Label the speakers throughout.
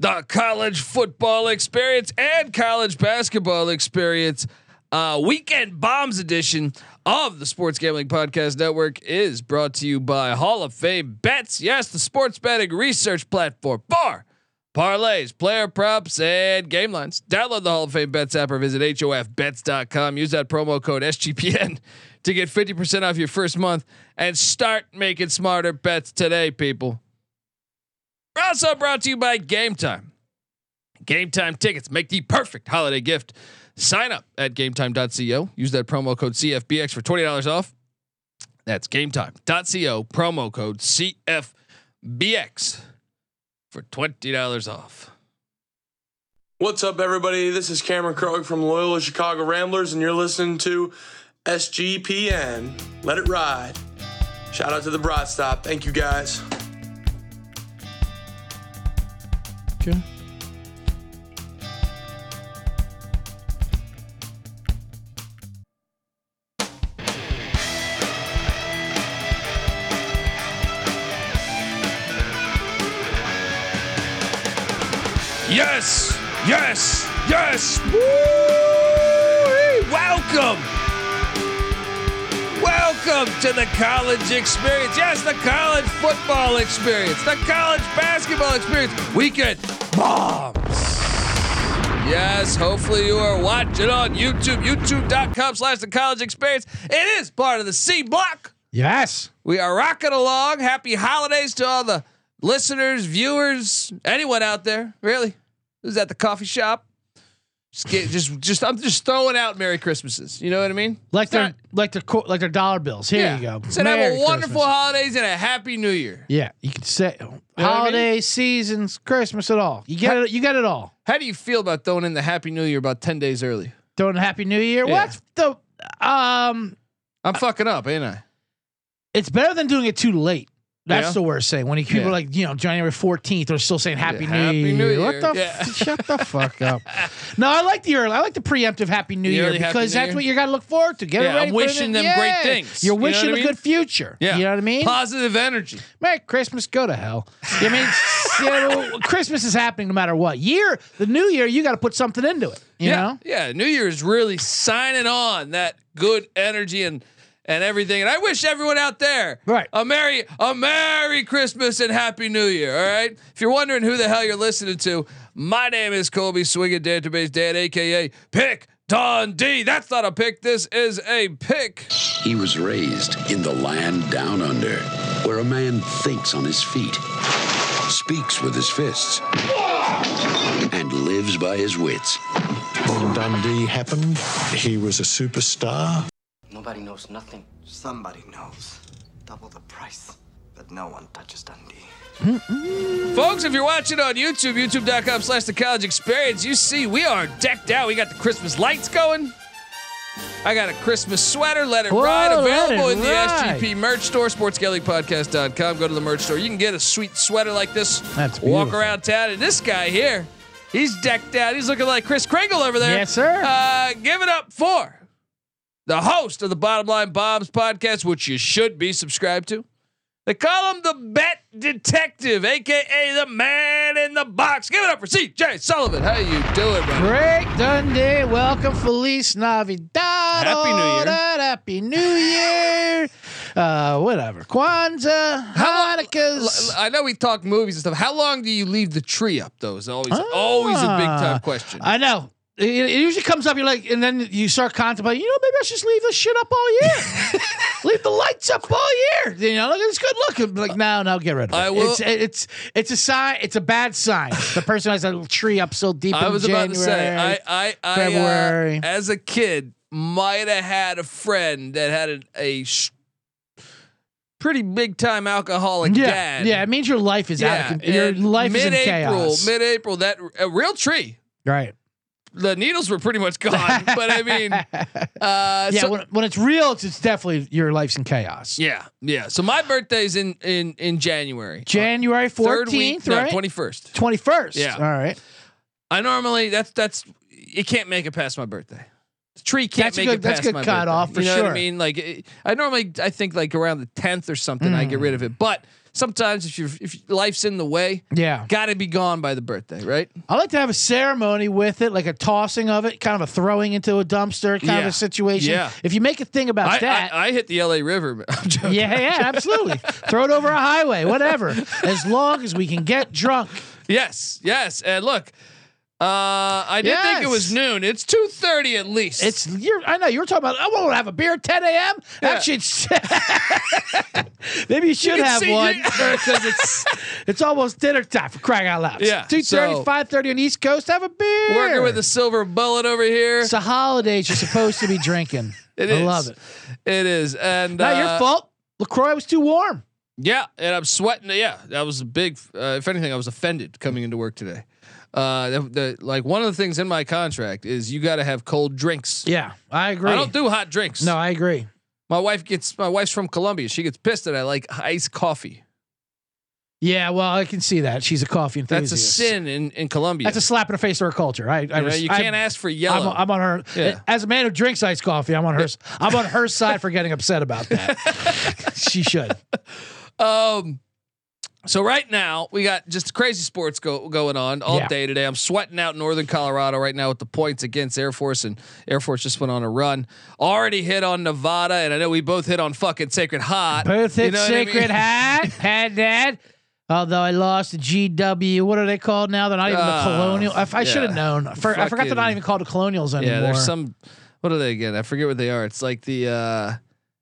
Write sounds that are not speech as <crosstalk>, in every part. Speaker 1: the college football experience and college basketball experience. Uh, weekend bombs edition of the Sports Gambling Podcast Network is brought to you by Hall of Fame Bets. Yes, the sports betting research platform for parlays, player props, and game lines. Download the Hall of Fame Bets app or visit hofbets.com. Use that promo code SGPN to get 50% off your first month and start making smarter bets today, people. We're also brought to you by Game Time. Game Time tickets make the perfect holiday gift. Sign up at gametime.co. Use that promo code CFBX for $20 off. That's gametime.co, promo code CFBX for $20 off.
Speaker 2: What's up, everybody? This is Cameron Krog from Loyola Chicago Ramblers, and you're listening to SGPN. Let it ride. Shout out to the Broad Stop. Thank you, guys.
Speaker 1: Okay. Yes, yes, yes. Woo! Welcome. Welcome to the college experience. Yes, the college football experience, the college basketball experience. Weekend bombs. Yes, hopefully you are watching on YouTube, youtube.com slash the college experience. It is part of the C block.
Speaker 3: Yes.
Speaker 1: We are rocking along. Happy holidays to all the listeners, viewers, anyone out there, really, who's at the coffee shop. Just, get, just, just, I'm just throwing out Merry Christmas. You know what I mean?
Speaker 3: Like
Speaker 1: It's
Speaker 3: their
Speaker 1: not-
Speaker 3: like their co- like their dollar bills. Here you
Speaker 1: yeah.
Speaker 3: go.
Speaker 1: Said have
Speaker 3: Merry
Speaker 1: a wonderful
Speaker 3: Christmas.
Speaker 1: holidays and a happy New Year.
Speaker 3: Yeah, you could say
Speaker 1: what I mean?
Speaker 3: holiday seasons, Christmas at all. You get it. You get it all.
Speaker 1: How do you feel about throwing in the Happy New Year about ten days early?
Speaker 3: Throwing a happy new year.
Speaker 1: Yeah.
Speaker 3: What's the um?
Speaker 1: I'm fucking up, ain't I?
Speaker 3: It's better than doing it too late. That's
Speaker 1: Yeah.
Speaker 3: the worst thing. When you- people
Speaker 1: Yeah.
Speaker 3: are like you know January fourteenth, they're still saying happy,
Speaker 1: Yeah,
Speaker 3: new,
Speaker 1: Happy
Speaker 3: year.
Speaker 1: New Year.
Speaker 3: What the?
Speaker 1: Yeah. <laughs>
Speaker 3: F- shut the fuck up. No, I like the early. I like the preemptive happy new
Speaker 1: The
Speaker 3: year
Speaker 1: early Happy
Speaker 3: because
Speaker 1: New
Speaker 3: that's
Speaker 1: Year.
Speaker 3: what you got to look forward to. Get
Speaker 1: Yeah, I'm
Speaker 3: ready.
Speaker 1: wishing them great things.
Speaker 3: You're
Speaker 1: You know what
Speaker 3: wishing
Speaker 1: I
Speaker 3: a
Speaker 1: mean?
Speaker 3: good future.
Speaker 1: Yeah.
Speaker 3: you know what I mean.
Speaker 1: Positive energy.
Speaker 3: Merry Christmas, go to hell. You mean,
Speaker 1: <laughs>
Speaker 3: you know, Christmas is happening no matter what. Year, the new year, you got to put something into it. You
Speaker 1: yeah,
Speaker 3: know,
Speaker 1: yeah. New Year is really signing on that good energy and and everything. And I wish everyone out there
Speaker 3: Right.
Speaker 1: a merry a merry Christmas and happy New Year. All right. If you're wondering who the hell you're listening to, my name is Colby Swinging Database Dad, aka Pick Dundee. That's not a pick. This is a pick.
Speaker 4: He was raised in the land down under, where a man thinks on his feet, speaks with his fists, and lives by his wits.
Speaker 5: When Dundee happened, he was a superstar.
Speaker 6: Nobody knows nothing.
Speaker 7: Somebody knows. Double the price. But no one touches Dundee.
Speaker 1: Folks, if you're watching on YouTube, youtube.com slash the college experience, you see we are decked out. We got the Christmas lights going. I got a Christmas sweater, let it
Speaker 3: Whoa,
Speaker 1: ride,
Speaker 3: let
Speaker 1: available
Speaker 3: it
Speaker 1: in the
Speaker 3: ride.
Speaker 1: SGP merch store, sportsgallypodcast.com. Go to the merch store. You can get a sweet sweater like this.
Speaker 3: That's
Speaker 1: Walk
Speaker 3: beautiful.
Speaker 1: around town. And this guy here, he's decked out. He's looking like Chris Kringle over there.
Speaker 3: Yes, sir.
Speaker 1: Uh, give it up for the host of the Bottom Line Bombs podcast, which you should be subscribed to. They call him the Bet Detective, aka the Man in the Box. Give it up for CJ Sullivan. How you doing, brother?
Speaker 3: Greg Dundee, welcome, Feliz Navidad, Oh,
Speaker 1: Happy New Year.
Speaker 3: Happy New Year, uh, whatever, Kwanzaa, Hanukkahs.
Speaker 1: L- I know we talk movies and stuff. How long do you leave the tree up, though? Is always always a big
Speaker 3: Ah,
Speaker 1: time question.
Speaker 3: I know. It, it usually comes up. You're like, and then you start contemplating. You know, maybe I should just leave this shit up all year.
Speaker 1: <laughs>
Speaker 3: leave the lights up all year. You know, look, it's good. Look, I'm like, no, no, get rid of it.
Speaker 1: I will-
Speaker 3: It's, it's it's a sign. It's a bad sign. The person has a tree up so deep.
Speaker 1: I
Speaker 3: in
Speaker 1: was
Speaker 3: January.
Speaker 1: about to say, I, I, I uh,
Speaker 3: February.
Speaker 1: as a kid, might have had a friend that had a, a sh- pretty big time alcoholic
Speaker 3: yeah,
Speaker 1: dad.
Speaker 3: yeah. It means your life is out. Of, con- your
Speaker 1: and
Speaker 3: life is in
Speaker 1: mid-April,
Speaker 3: chaos.
Speaker 1: Mid-April, that a real tree.
Speaker 3: right.
Speaker 1: The needles were pretty much gone, but I
Speaker 3: <laughs>
Speaker 1: mean, uh,
Speaker 3: Yeah.
Speaker 1: so-
Speaker 3: when, when it's real, it's, it's definitely your life's in chaos.
Speaker 1: yeah, yeah. So my birthday's in in in January,
Speaker 3: January
Speaker 1: third week,
Speaker 3: fourteenth, right?
Speaker 1: twenty first.
Speaker 3: Twenty first.
Speaker 1: Yeah.
Speaker 3: All right.
Speaker 1: I normally that's that's you can't make it past my birthday. The tree can't
Speaker 3: That's a
Speaker 1: make
Speaker 3: good-
Speaker 1: it
Speaker 3: that's
Speaker 1: past
Speaker 3: good
Speaker 1: my
Speaker 3: cutoff
Speaker 1: birthday.
Speaker 3: for
Speaker 1: you know what I
Speaker 3: sure. Mm.
Speaker 1: mean? Like it, I normally I think like around the tenth or something I get rid of it, but sometimes if your if life's in the way,
Speaker 3: Yeah.
Speaker 1: got to be gone by the birthday, right?
Speaker 3: I like to have a ceremony with it, like a tossing of it, kind of a throwing into a dumpster kind
Speaker 1: Yeah.
Speaker 3: of a situation.
Speaker 1: Yeah.
Speaker 3: If you make a thing about
Speaker 1: I,
Speaker 3: that.
Speaker 1: I, I hit the LA River. <laughs> I'm joking.
Speaker 3: yeah, yeah, absolutely. Throw it over a
Speaker 1: <laughs>
Speaker 3: highway, whatever. As long as we can get drunk.
Speaker 1: Yes, yes. And look, uh, I did think it was
Speaker 3: Yes.
Speaker 1: noon. It's two thirty at least. <laughs>
Speaker 3: It's you're, I know you're talking about. I want to have a beer at 10 a.m.
Speaker 1: Yeah.
Speaker 3: That shit's <laughs> maybe you should
Speaker 1: can
Speaker 3: have
Speaker 1: see-
Speaker 3: one <laughs> because it's it's almost dinner time for crying out loud.
Speaker 1: Yeah,
Speaker 3: 2:30,
Speaker 1: so-
Speaker 3: 5:30 on the East Coast. Have a
Speaker 1: <laughs>
Speaker 3: beer.
Speaker 1: working with a silver bullet over here.
Speaker 3: It's the holidays you're supposed to be drinking.
Speaker 1: <laughs> It
Speaker 3: I
Speaker 1: is.
Speaker 3: love it.
Speaker 1: It is, and
Speaker 3: Not
Speaker 1: uh,
Speaker 3: your fault. Lacroix was too warm.
Speaker 1: Yeah, and I'm sweating. Yeah, that was a big. Uh, if anything, I was offended coming into work today. Uh, the, the, like one of the things in my contract is you got to have cold drinks.
Speaker 3: Yeah, I agree.
Speaker 1: I don't do hot drinks.
Speaker 3: no, I agree.
Speaker 1: my wife gets. My wife's from Colombia. She gets pissed that I like iced coffee.
Speaker 3: Yeah, well, I can see that. She's a coffee enthusiast.
Speaker 1: That's a sin in in Colombia.
Speaker 3: That's a slap in the face to her culture. I, I
Speaker 1: you, know,
Speaker 3: res-
Speaker 1: you
Speaker 3: I-
Speaker 1: can't ask for
Speaker 3: I'm,
Speaker 1: yellow.
Speaker 3: I'm on her.
Speaker 1: Yeah.
Speaker 3: As a man who drinks iced coffee, I'm on
Speaker 1: <laughs>
Speaker 3: her. I'm on her side for getting upset about that.
Speaker 1: <laughs>
Speaker 3: she should.
Speaker 1: Um, so right now we got just crazy sports go, going on all
Speaker 3: Yeah.
Speaker 1: day today. I'm sweating out Northern Colorado right now with the points against Air Force, and Air Force just went on a run. Already hit on Nevada, and I know we both hit on fucking Sacred Hot.
Speaker 3: Perth
Speaker 1: You know what I mean?
Speaker 3: Sacred Hat had that. Although I lost the GW, what are they called now? They're not even
Speaker 1: Ah,
Speaker 3: the colonial. I, I should
Speaker 1: yeah.
Speaker 3: have known. I for- I forgot they're
Speaker 1: Fucking-
Speaker 3: not even called the colonials anymore.
Speaker 1: Yeah, there's some. What are they again? I forget what they are. It's like the uh,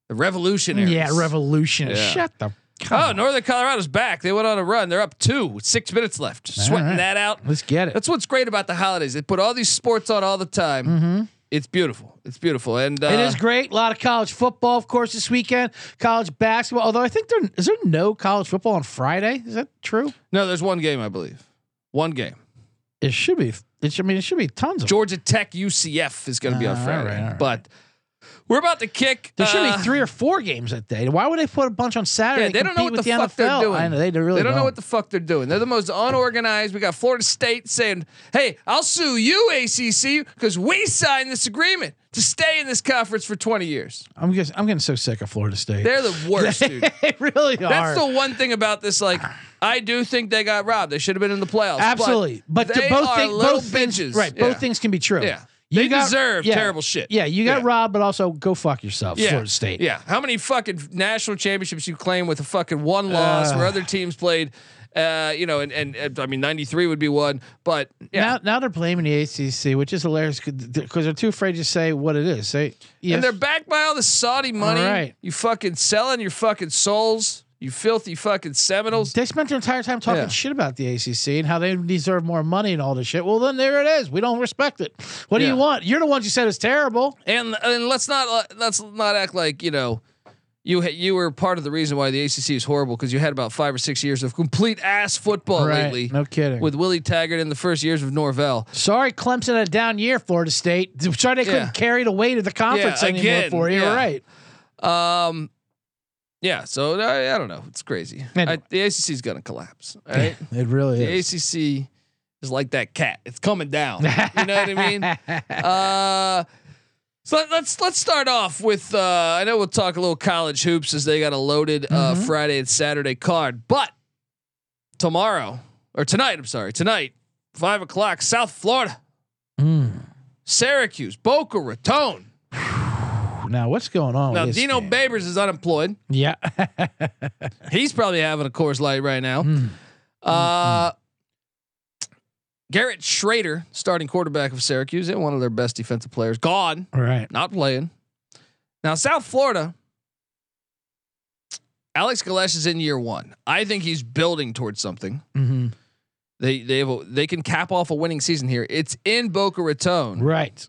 Speaker 1: the Revolutionaries.
Speaker 3: Yeah, revolutionary.
Speaker 1: Yeah.
Speaker 3: Shut the.
Speaker 1: Oh, Northern Colorado's back. They went on a run. They're up two, with six minutes left. Sweating
Speaker 3: right.
Speaker 1: that out.
Speaker 3: Let's get it.
Speaker 1: That's what's great about the holidays. They put all these sports on all the time. It's beautiful. It's beautiful. And uh,
Speaker 3: Mm-hmm. It is great. A lot of college football, of course, this weekend. College basketball. Although I think there is there no college football on Friday. Is that true?
Speaker 1: No, there's one game I believe. One game.
Speaker 3: It should be. It should, I mean, it should be tons of.
Speaker 1: Georgia Tech UCF is going to be on
Speaker 3: Ah, all
Speaker 1: Friday,
Speaker 3: right, all right.
Speaker 1: but we're about to kick.
Speaker 3: There should
Speaker 1: uh,
Speaker 3: be three or four games that day. Why would they put a bunch on Saturday?
Speaker 1: Yeah, they
Speaker 3: to
Speaker 1: don't know what
Speaker 3: compete
Speaker 1: the,
Speaker 3: with
Speaker 1: fuck they're
Speaker 3: NFL?
Speaker 1: doing.
Speaker 3: I know they really
Speaker 1: they don't know what the fuck they're doing. They're the most unorganized. We got Florida State saying, "Hey, I'll sue you ACC because we signed this agreement to stay in this conference for 20 years."
Speaker 3: I'm just, I'm getting so sick of Florida State.
Speaker 1: They're the worst, dude.
Speaker 3: <laughs> they really are.
Speaker 1: That's the one thing about this. Like, I do think they got robbed. They should have been in the playoffs. but
Speaker 3: Absolutely, but, to
Speaker 1: they
Speaker 3: both
Speaker 1: are
Speaker 3: things,
Speaker 1: little
Speaker 3: both things,
Speaker 1: bitches.
Speaker 3: right?
Speaker 1: Yeah.
Speaker 3: Both things can be true.
Speaker 1: Yeah. They deserve terrible shit.
Speaker 3: Yeah, you got
Speaker 1: Yeah.
Speaker 3: robbed, but also go fuck yourself, Florida State.
Speaker 1: Yeah. How many fucking national championships you claim with a fucking one loss where other teams played? Uh, you know, and, and and I mean, ninety three would be one, but yeah.
Speaker 3: Now, now they're blaming the ACC, which is hilarious because they're too afraid to say what it is. They, yes.
Speaker 1: And they're backed by all the Saudi money.
Speaker 3: right.
Speaker 1: You fucking selling your fucking souls, you filthy fucking Seminoles.
Speaker 3: They spent their entire time talking
Speaker 1: Yeah.
Speaker 3: shit about the ACC and how they deserve more money and all this shit. Well, then there it is. We don't respect it. What do
Speaker 1: Yeah.
Speaker 3: you want? You're the ones who said it's terrible.
Speaker 1: And and let's not uh, let's not act like you know. You, ha- you were part of the reason why the ACC is horrible because you had about five or six years of complete ass football lately
Speaker 3: No kidding.
Speaker 1: with Willie Taggart in the first years of Norvell.
Speaker 3: Sorry, Clemson had a down year, Florida State. <laughs> Sorry they couldn't
Speaker 1: Yeah.
Speaker 3: carry the weight of the conference
Speaker 1: Yeah,
Speaker 3: anymore
Speaker 1: again,
Speaker 3: for you.
Speaker 1: yeah.
Speaker 3: You're right.
Speaker 1: Um, yeah. So uh, I, I don't know. It's crazy.
Speaker 3: Anyway.
Speaker 1: I, the ACC is gonna collapse. All
Speaker 3: <laughs>
Speaker 1: right.
Speaker 3: It really
Speaker 1: the ACC is like that cat. It's coming
Speaker 3: <laughs>
Speaker 1: down. You know what I mean? Uh, so let- let's let's start off with. Uh, I know we'll talk a little college hoops as they got a loaded uh,
Speaker 3: Mm-hmm.
Speaker 1: Friday and Saturday card, but tomorrow or tonight, I'm sorry, tonight, five o'clock, South Florida,
Speaker 3: Mm.
Speaker 1: Syracuse, Boca Raton.
Speaker 3: Now, what's going on?
Speaker 1: Now
Speaker 3: with Oh, this
Speaker 1: Dino
Speaker 3: game?
Speaker 1: Babers is unemployed.
Speaker 3: yeah. <laughs>
Speaker 1: He's probably having a course light right now.
Speaker 3: Hmm.
Speaker 1: Uh, Garrett Schrader, starting quarterback of Syracuse, and one of their best defensive players, gone,
Speaker 3: All right.
Speaker 1: not playing. Now South Florida, Alex Galesh is in year one. I think he's building towards something.
Speaker 3: Mhm.
Speaker 1: They they have a, they can cap off a winning season here. It's in Boca Raton.
Speaker 3: Right.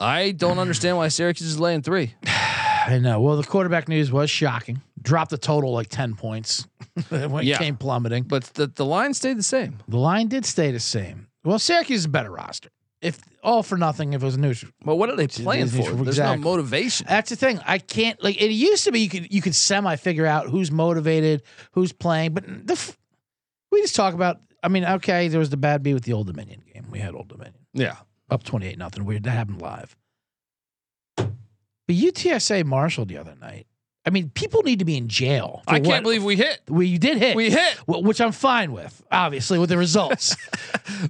Speaker 1: I don't understand why Syracuse is laying three.
Speaker 3: I know. Well, the quarterback news was shocking. Dropped the total like 10 points <laughs> when
Speaker 1: Yeah.
Speaker 3: it came plummeting.
Speaker 1: But the, the line stayed the same.
Speaker 3: The line did stay the same. Well, Syracuse is a better roster. If all for nothing, if it was neutral.
Speaker 1: But what are they playing for? There's no
Speaker 3: Exactly.
Speaker 1: motivation.
Speaker 3: That's the thing. I can't like it used to be. You could you could semi figure out who's motivated, who's playing. But the f- we just talk about. I mean, okay, there was the bad beat with the Old Dominion game. We had Old Dominion
Speaker 1: Yeah.
Speaker 3: up twenty eight nothing. Weird that happened live. But UTSA Marshall the other night. I mean, people need to be in jail. for
Speaker 1: I can't
Speaker 3: what-
Speaker 1: believe we hit.
Speaker 3: we you did hit.
Speaker 1: We hit.
Speaker 3: Wh- which I'm fine with, obviously, with the
Speaker 1: <laughs>
Speaker 3: results.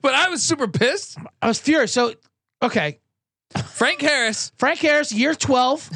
Speaker 1: But I was super pissed.
Speaker 3: I was furious. So, okay,
Speaker 1: Frank Harris.
Speaker 3: Frank Harris,
Speaker 1: <laughs>
Speaker 3: year 12.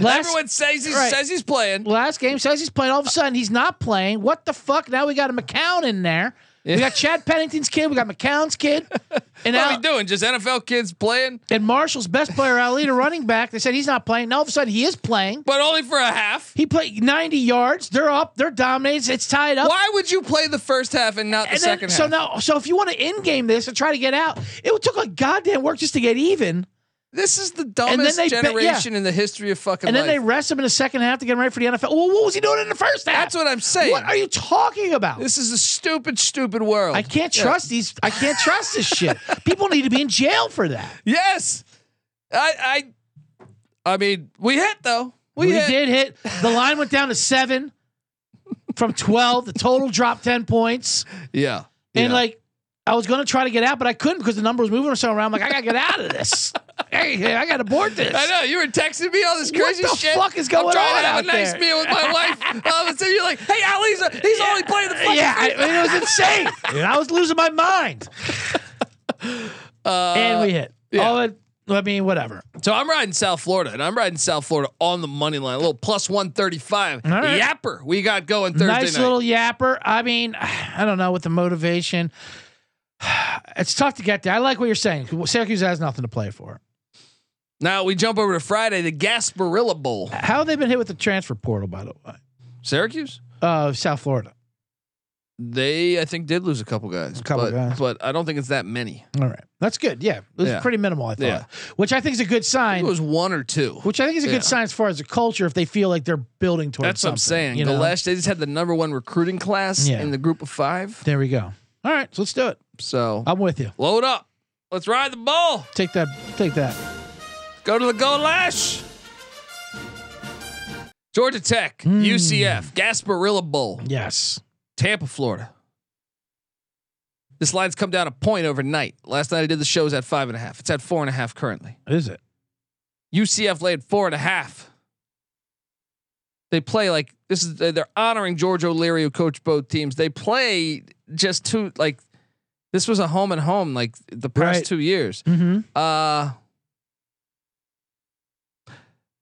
Speaker 3: last,
Speaker 1: Everyone says he's
Speaker 3: right.
Speaker 1: says he's playing.
Speaker 3: last game says he's playing. All of a sudden, he's not playing. What the fuck? Now we got a McCown in there. We got Chad Pennington's kid. We got McCown's
Speaker 1: <laughs>
Speaker 3: kid. And
Speaker 1: What
Speaker 3: now
Speaker 1: are we doing? Just NFL kids playing,
Speaker 3: and Marshall's best player, Ali, the running back. They said he's not playing. Now all of a sudden, he is playing.
Speaker 1: but only for a half.
Speaker 3: He played 90 yards. They're up. They're dominated. It's tied up.
Speaker 1: Why would you play the first half and not the
Speaker 3: And then-
Speaker 1: second
Speaker 3: so
Speaker 1: half?
Speaker 3: now, so if you want to end game this and try to get out, it took like goddamn work just to get even.
Speaker 1: this is the
Speaker 3: then
Speaker 1: dumbest
Speaker 3: they bet- yeah.
Speaker 1: generation in the history of fucking
Speaker 3: And then they
Speaker 1: life.
Speaker 3: rest him in the second half to get him ready for the NFL. Well, what was he doing in the first half?
Speaker 1: That's what I'm saying.
Speaker 3: What are you talking about?
Speaker 1: this is a stupid, stupid world.
Speaker 3: I can't trust these. I can't trust this
Speaker 1: <laughs>
Speaker 3: shit. People need to be in jail for that.
Speaker 1: Yes, I, I, I mean, we hit though. We,
Speaker 3: We,
Speaker 1: hit.
Speaker 3: did hit. The line went down to seven from twelve. The total dropped ten points.
Speaker 1: Yeah.
Speaker 3: And
Speaker 1: Yeah.
Speaker 3: like, I was gonna try to get out, but I couldn't because the number was moving or something around. I'm like, I gotta get out of
Speaker 1: <laughs>
Speaker 3: this. Hey, I gotta board this.
Speaker 1: I know you were texting me all this
Speaker 3: What
Speaker 1: crazy
Speaker 3: the
Speaker 1: shit.
Speaker 3: fuck is going
Speaker 1: I'm trying
Speaker 3: on
Speaker 1: to have
Speaker 3: out
Speaker 1: a nice
Speaker 3: there?
Speaker 1: meal with my
Speaker 3: <laughs>
Speaker 1: wife. All of a sudden, you're like, "Hey, Ali's a, he's only playing the fucking."
Speaker 3: yeah, I, I mean, it was insane. and I was losing
Speaker 1: <laughs>
Speaker 3: my mind. and we hit.
Speaker 1: Uh, yeah.
Speaker 3: All it, I mean, whatever.
Speaker 1: <laughs> So I'm riding South Florida, and I'm riding South Florida on the money line, a little plus one thirty five
Speaker 3: right.
Speaker 1: yapper. We got going Thursday
Speaker 3: nice
Speaker 1: night.
Speaker 3: little yapper. I mean, <sighs> I don't know what the motivation. <sighs> It's tough to get there. I like what you're saying. Syracuse has nothing to play for.
Speaker 1: now we jump over to Friday, the Gasparilla Bowl,
Speaker 3: How have they been hit with the transfer portal, by the way?
Speaker 1: Syracuse.
Speaker 3: Uh, South Florida.
Speaker 1: They, I think, did lose a couple guys,
Speaker 3: A couple
Speaker 1: but,
Speaker 3: guys.
Speaker 1: but I don't think it's that many.
Speaker 3: All right, that's good. Yeah, it was
Speaker 1: Yeah.
Speaker 3: pretty minimal, I thought.
Speaker 1: Yeah.
Speaker 3: Which I think is a good
Speaker 1: I think
Speaker 3: sign.
Speaker 1: it was one or two.
Speaker 3: which I think is a
Speaker 1: Yeah.
Speaker 3: good sign as far as the culture. If they feel like they're building towards
Speaker 1: That's what I'm
Speaker 3: something,
Speaker 1: saying.
Speaker 3: You know?
Speaker 1: The last they just had the number one recruiting class
Speaker 3: Yeah.
Speaker 1: in the group of five.
Speaker 3: there we go. All right, so let's do it.
Speaker 1: So
Speaker 3: I'm with you.
Speaker 1: load up. Let's ride the ball.
Speaker 3: Take that. Take that.
Speaker 1: Go to the goal lash. Georgia Tech, UCF, Gasparilla Bowl,
Speaker 3: Yes.
Speaker 1: Tampa, Florida. This line's come down a point overnight. Last night I did the show it was at five and a half. It's at four and a half currently.
Speaker 3: Is it?
Speaker 1: UCF laid four and a half. They play like this is they're honoring George O'Leary who coached both teams. They play just two like this was a home and home like the past
Speaker 3: Right.
Speaker 1: two years.
Speaker 3: Mm-hmm.
Speaker 1: Uh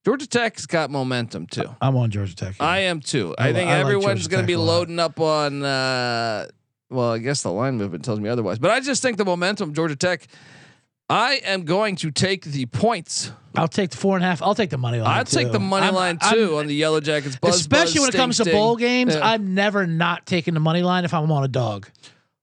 Speaker 1: Georgia Tech's got momentum too.
Speaker 3: I'm on Georgia Tech.
Speaker 1: I am too.
Speaker 3: I
Speaker 1: I,
Speaker 3: li-
Speaker 1: think
Speaker 3: I like
Speaker 1: everyone's
Speaker 3: Georgia
Speaker 1: going to
Speaker 3: Tech
Speaker 1: be
Speaker 3: a lot.
Speaker 1: loading up on. Uh, well, I guess the line movement tells me otherwise, but I just think the momentum Georgia Tech. I am going to take the points.
Speaker 3: I'll take the four and a half. I'll take the money line.
Speaker 1: I'll take
Speaker 3: too.
Speaker 1: the money
Speaker 3: I'm-
Speaker 1: line
Speaker 3: I'm-
Speaker 1: too on the Yellow Jackets. Buzz,
Speaker 3: especially
Speaker 1: buzz,
Speaker 3: when it comes
Speaker 1: sting,
Speaker 3: to bowl
Speaker 1: sting.
Speaker 3: games,
Speaker 1: Yeah.
Speaker 3: I'm never not taking the money line if I'm on a dog.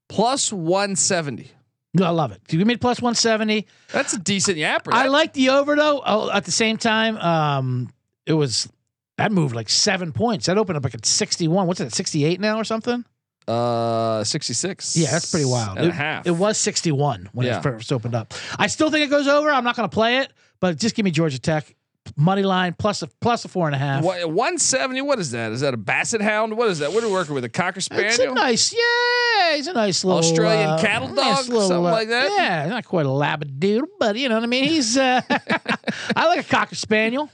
Speaker 1: plus one seventy.
Speaker 3: No, I love it. Give me plus 170.
Speaker 1: That's a decent yapper.
Speaker 3: I
Speaker 1: That-
Speaker 3: like the over though. Oh, at the same time, um, it was that moved like seven points. That opened up like at 61. What's it at 68 now or something?
Speaker 1: uh sixty six.
Speaker 3: Yeah, that's pretty wild.
Speaker 1: And
Speaker 3: it,
Speaker 1: a half.
Speaker 3: it was 61 when
Speaker 1: Yeah.
Speaker 3: it first opened up. I still think it goes over. I'm not going to play it, but just give me Georgia Tech money line plus a plus a four and a half.
Speaker 1: one seventy. What is that? Is that a Basset Hound? What is that? What are we working with? A Cocker Spaniel?
Speaker 3: It's a nice, yeah. He's a nice little
Speaker 1: Australian
Speaker 3: uh,
Speaker 1: cattle
Speaker 3: nice
Speaker 1: dog, something like that?
Speaker 3: Yeah, not quite a labradoodle, but you know what I mean. He's uh, <laughs> I like a cocker spaniel,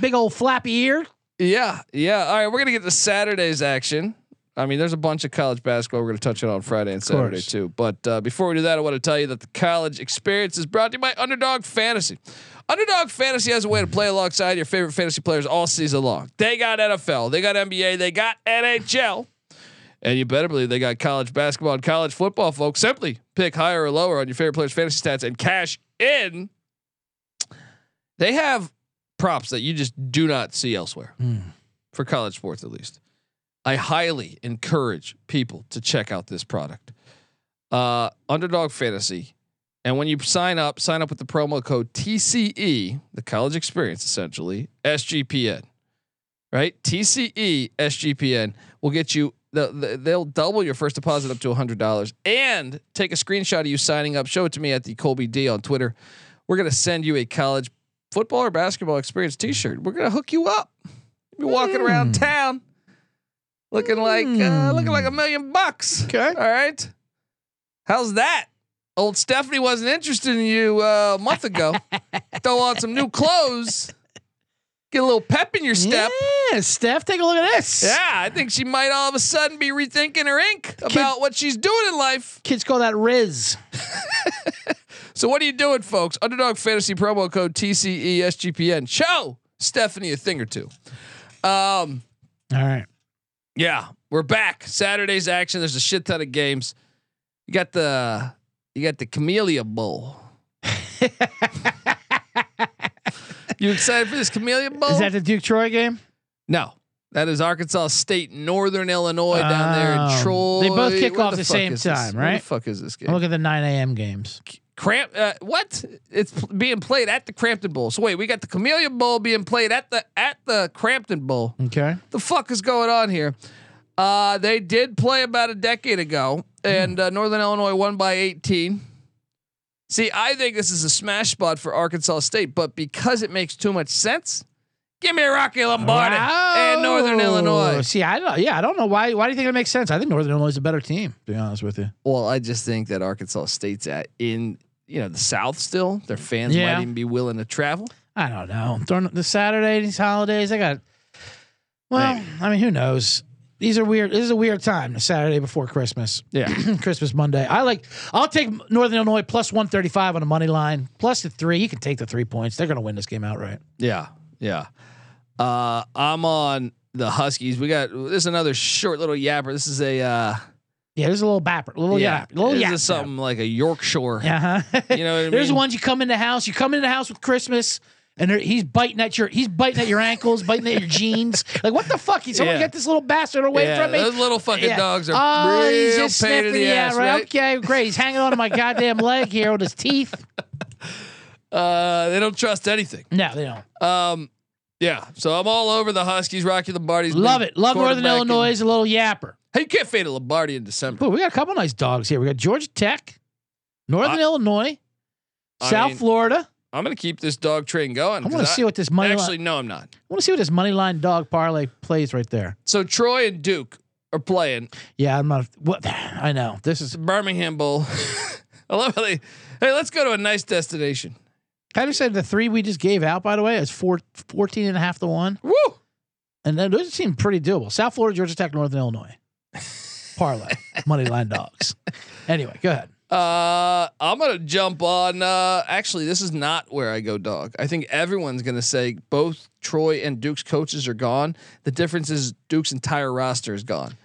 Speaker 3: big old flappy ear.
Speaker 1: Yeah, yeah. All right, we're gonna get to Saturday's action. I mean, there's a bunch of college basketball. We're gonna touch on on Friday and Saturday
Speaker 3: course.
Speaker 1: too. But uh, before we do that, I want to tell you that the college experience is brought to you by Underdog Fantasy. Underdog Fantasy has a way to play alongside your favorite fantasy players all season long. They got NFL, they got NBA, they got NHL. And you better believe they got college basketball and college football, folks. Simply pick higher or lower on your favorite player's fantasy stats and cash in. They have props that you just do not see elsewhere for college sports, at least. I highly encourage people to check out this product, uh, Underdog Fantasy. And when you sign up, sign up with the promo code TCE, the college experience essentially, SGPN, right? E, TCE SGPN will get you. The, the, they'll double your first deposit up to $100 and take a screenshot of you signing up. Show it to me at the Colby D on Twitter. We're going to send you a college football or basketball experience t shirt. We're going to hook you up. You'll be walking around town looking like uh, looking like a million bucks.
Speaker 3: Okay.
Speaker 1: All right. How's that? Old Stephanie wasn't interested in you uh, a month ago. Throw on some new clothes. Get a little pep in your step.
Speaker 3: Yeah, Steph, take a look at this.
Speaker 1: Yeah, I think she might all of a sudden be rethinking her ink about what she's doing in life.
Speaker 3: Kids call that Riz.
Speaker 1: So what are you doing, folks? Underdog Fantasy promo code E TCESGPN. Show Stephanie a thing or two. Um,
Speaker 3: All right.
Speaker 1: yeah, we're back. Saturday's action. There's a shit ton of games. You got the you got the Camellia
Speaker 3: <laughs>
Speaker 1: Bowl. you excited for this Camellia Bowl?
Speaker 3: Is that the Duke Troy game?
Speaker 1: no. That is Arkansas State, Northern Illinois, down there in
Speaker 3: Oh.
Speaker 1: Troy.
Speaker 3: They both kick
Speaker 1: Where
Speaker 3: off the
Speaker 1: fuck
Speaker 3: same
Speaker 1: is this?
Speaker 3: time,
Speaker 1: Where the
Speaker 3: right?
Speaker 1: fuck is this game?
Speaker 3: I'm looking at the 9 a.m. games.
Speaker 1: Cramp, uh, what? It's pl- being played at the Crampton Bowl. So wait, we got the Camellia Bowl being played at the at the Crampton Bowl.
Speaker 3: Okay.
Speaker 1: The fuck is going on here? Uh, they did play about a decade ago, and uh, Northern Illinois won by 18. See, I think this is a smash spot for Arkansas State, but because it makes too much sense, give me Rocky Lombardi and Northern
Speaker 3: Oh.
Speaker 1: Illinois.
Speaker 3: See, I don't. Yeah, I don't know why. Why do you think it makes sense? I think Northern Illinois is a better team. To be honest with you.
Speaker 1: Well, I just think that Arkansas State's at in you know the South still. Their fans
Speaker 3: Yeah.
Speaker 1: might even be willing to travel.
Speaker 3: I don't know. During the Saturday, these holidays, I got. Well, I mean, who knows? These are weird. This is a weird time. The Saturday before Christmas,
Speaker 1: Yeah.
Speaker 3: <clears throat> Christmas Monday. I like. I'll take Northern Illinois plus one thirty five on the money line, plus the three. You can take the three points. They're going to win this game outright.
Speaker 1: Yeah, yeah. Uh, I'm on the Huskies. We got this is another short little yapper. This is a uh,
Speaker 3: Yeah, there's a little bapper, a little Oh, yeah, yap, a little
Speaker 1: this
Speaker 3: yap.
Speaker 1: is something like a Yorkshire.
Speaker 3: Uh <laughs> huh.
Speaker 1: You know what I
Speaker 3: There's
Speaker 1: mean?
Speaker 3: ones you come in the house. You come in the house with Christmas, and there- he's biting at your he's biting at your ankles, biting at
Speaker 1: <laughs>
Speaker 3: your jeans. Like what the fuck? He's someone
Speaker 1: Yeah.
Speaker 3: get this little bastard away
Speaker 1: Yeah,
Speaker 3: from me.
Speaker 1: Those little fucking
Speaker 3: Yeah.
Speaker 1: dogs are
Speaker 3: oh,
Speaker 1: real
Speaker 3: he's just
Speaker 1: pain in
Speaker 3: sniffing
Speaker 1: the
Speaker 3: yeah,
Speaker 1: ass,
Speaker 3: right?
Speaker 1: right?
Speaker 3: Okay, great. He's hanging on to my goddamn leg here with his teeth.
Speaker 1: Uh, they don't trust anything.
Speaker 3: No, they don't.
Speaker 1: Um, yeah. So I'm all over the Huskies. Rocky Lombardi's
Speaker 3: Love
Speaker 1: big
Speaker 3: it. Love Northern
Speaker 1: quarterback and-
Speaker 3: Illinois. is A little yapper.
Speaker 1: Hey, you can't fade a Lombardi in December.
Speaker 3: But we got a couple nice dogs here. We got Georgia Tech, Northern
Speaker 1: I-
Speaker 3: Illinois,
Speaker 1: I
Speaker 3: South
Speaker 1: mean,
Speaker 3: Florida.
Speaker 1: I'm gonna keep this dog train going.
Speaker 3: I want to
Speaker 1: 'cause
Speaker 3: see what this money.
Speaker 1: Actually,
Speaker 3: line,
Speaker 1: no, I'm not.
Speaker 3: I want to see what this money line dog parlay plays right there.
Speaker 1: So Troy and Duke are playing.
Speaker 3: Yeah, I'm not. What I know. This is.
Speaker 1: Birmingham Bowl. <laughs> I love how they. Hey, let's go to a nice destination.
Speaker 3: Kind of said the three we just gave out. By the way, is four, 14 and a half to one,
Speaker 1: Woo!
Speaker 3: and then those seem pretty doable. South Florida, Georgia Tech, Northern Illinois,
Speaker 1: <laughs>
Speaker 3: parlay money line dogs. Anyway, go ahead.
Speaker 1: Uh, I'm gonna jump on. Uh, actually, this is not where I go, dog. I think everyone's gonna say both Troy and Duke's coaches are gone. The difference is Duke's entire roster is gone.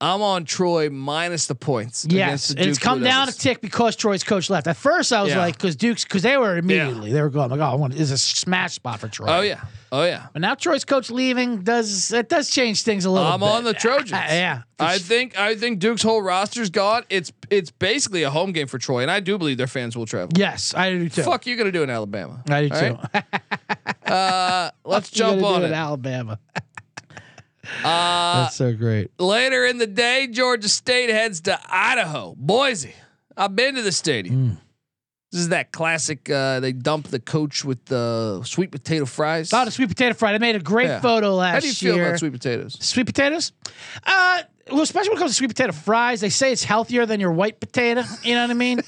Speaker 1: I'm on Troy minus the points. against
Speaker 3: Yes, and
Speaker 1: the
Speaker 3: it's
Speaker 1: Duke
Speaker 3: come
Speaker 1: Blue
Speaker 3: down a
Speaker 1: Devils.
Speaker 3: tick because Troy's coach left. At first, I was
Speaker 1: Yeah.
Speaker 3: like, because Duke's, because they were immediately they were going like, oh, I want is a smash spot for Troy.
Speaker 1: Oh yeah, oh yeah.
Speaker 3: But now Troy's coach leaving does it does change things a little.
Speaker 1: I'm
Speaker 3: bit.
Speaker 1: on the Trojans.
Speaker 3: <laughs> yeah,
Speaker 1: I think I think Duke's whole roster's gone. It's it's basically a home game for Troy, and I do believe their fans will travel.
Speaker 3: yes, I do too.
Speaker 1: Fuck you gonna do in Alabama?
Speaker 3: I do
Speaker 1: All right?
Speaker 3: too.
Speaker 1: Uh, let's
Speaker 3: You gotta
Speaker 1: jump
Speaker 3: do
Speaker 1: on
Speaker 3: it, Uh,
Speaker 1: it. <laughs>
Speaker 3: Alabama.
Speaker 1: Uh,
Speaker 3: That's so great.
Speaker 1: later in the day, Georgia State heads to Idaho, Boise. I've been to the stadium. This is that classic. Uh, they dump the coach with the sweet potato fries.
Speaker 3: Oh, the sweet potato fried. I made a great
Speaker 1: Yeah.
Speaker 3: photo last year.
Speaker 1: How do you feel about sweet potatoes?
Speaker 3: Sweet potatoes? Uh, well, especially when it comes to sweet potato fries, they say it's healthier than your white potato. You know what
Speaker 1: <laughs>
Speaker 3: I mean?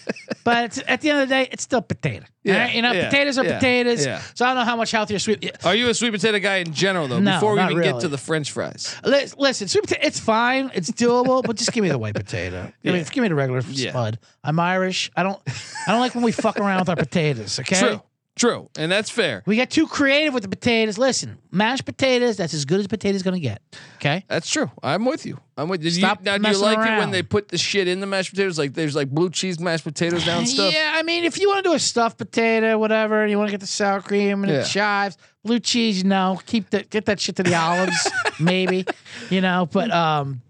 Speaker 3: but it's- at the end of the day, it's still potato.
Speaker 1: Yeah,
Speaker 3: right? You know,
Speaker 1: yeah,
Speaker 3: potatoes are
Speaker 1: yeah,
Speaker 3: potatoes.
Speaker 1: yeah.
Speaker 3: So I don't know how much healthier sweet. yeah.
Speaker 1: Are you a sweet potato guy in general, though?
Speaker 3: No,
Speaker 1: before we
Speaker 3: not
Speaker 1: even get
Speaker 3: really.
Speaker 1: to the French fries,
Speaker 3: Li- Listen, sweet potato, it's fine. It's doable, but just give me the white potato. I mean,
Speaker 1: Yeah.
Speaker 3: give me the regular
Speaker 1: Yeah.
Speaker 3: spud. I'm Irish. I don't, I don't like when we fuck around with our potatoes. Okay.
Speaker 1: true, true, and that's fair.
Speaker 3: We got too creative with the potatoes. Listen, mashed potatoes. That's as good as potatoes gonna get. Okay.
Speaker 1: That's true. I'm with you. I'm with you. Do
Speaker 3: Stop
Speaker 1: you now, do you
Speaker 3: messing
Speaker 1: like it when
Speaker 3: around.
Speaker 1: they put the shit in the mashed potatoes? Like there's like blue cheese mashed potatoes now and stuff.
Speaker 3: <laughs> Yeah, I mean, if you want to do a stuffed potato, whatever, and you want to get the sour cream and
Speaker 1: Yeah.
Speaker 3: the chives, blue cheese, you know, keep the get that shit to
Speaker 1: <laughs>
Speaker 3: the olives, maybe, you know. But um,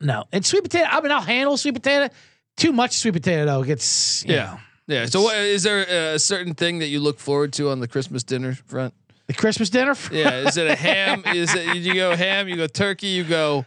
Speaker 3: no, and sweet potato. I mean, I'll handle sweet potato. Too much sweet potato though gets you
Speaker 1: Yeah.
Speaker 3: know,
Speaker 1: Yeah. So, what, is there a certain thing that you look forward to on the Christmas dinner front?
Speaker 3: the Christmas dinner.
Speaker 1: Yeah. Is it a ham? Is it you go ham? You go turkey? You go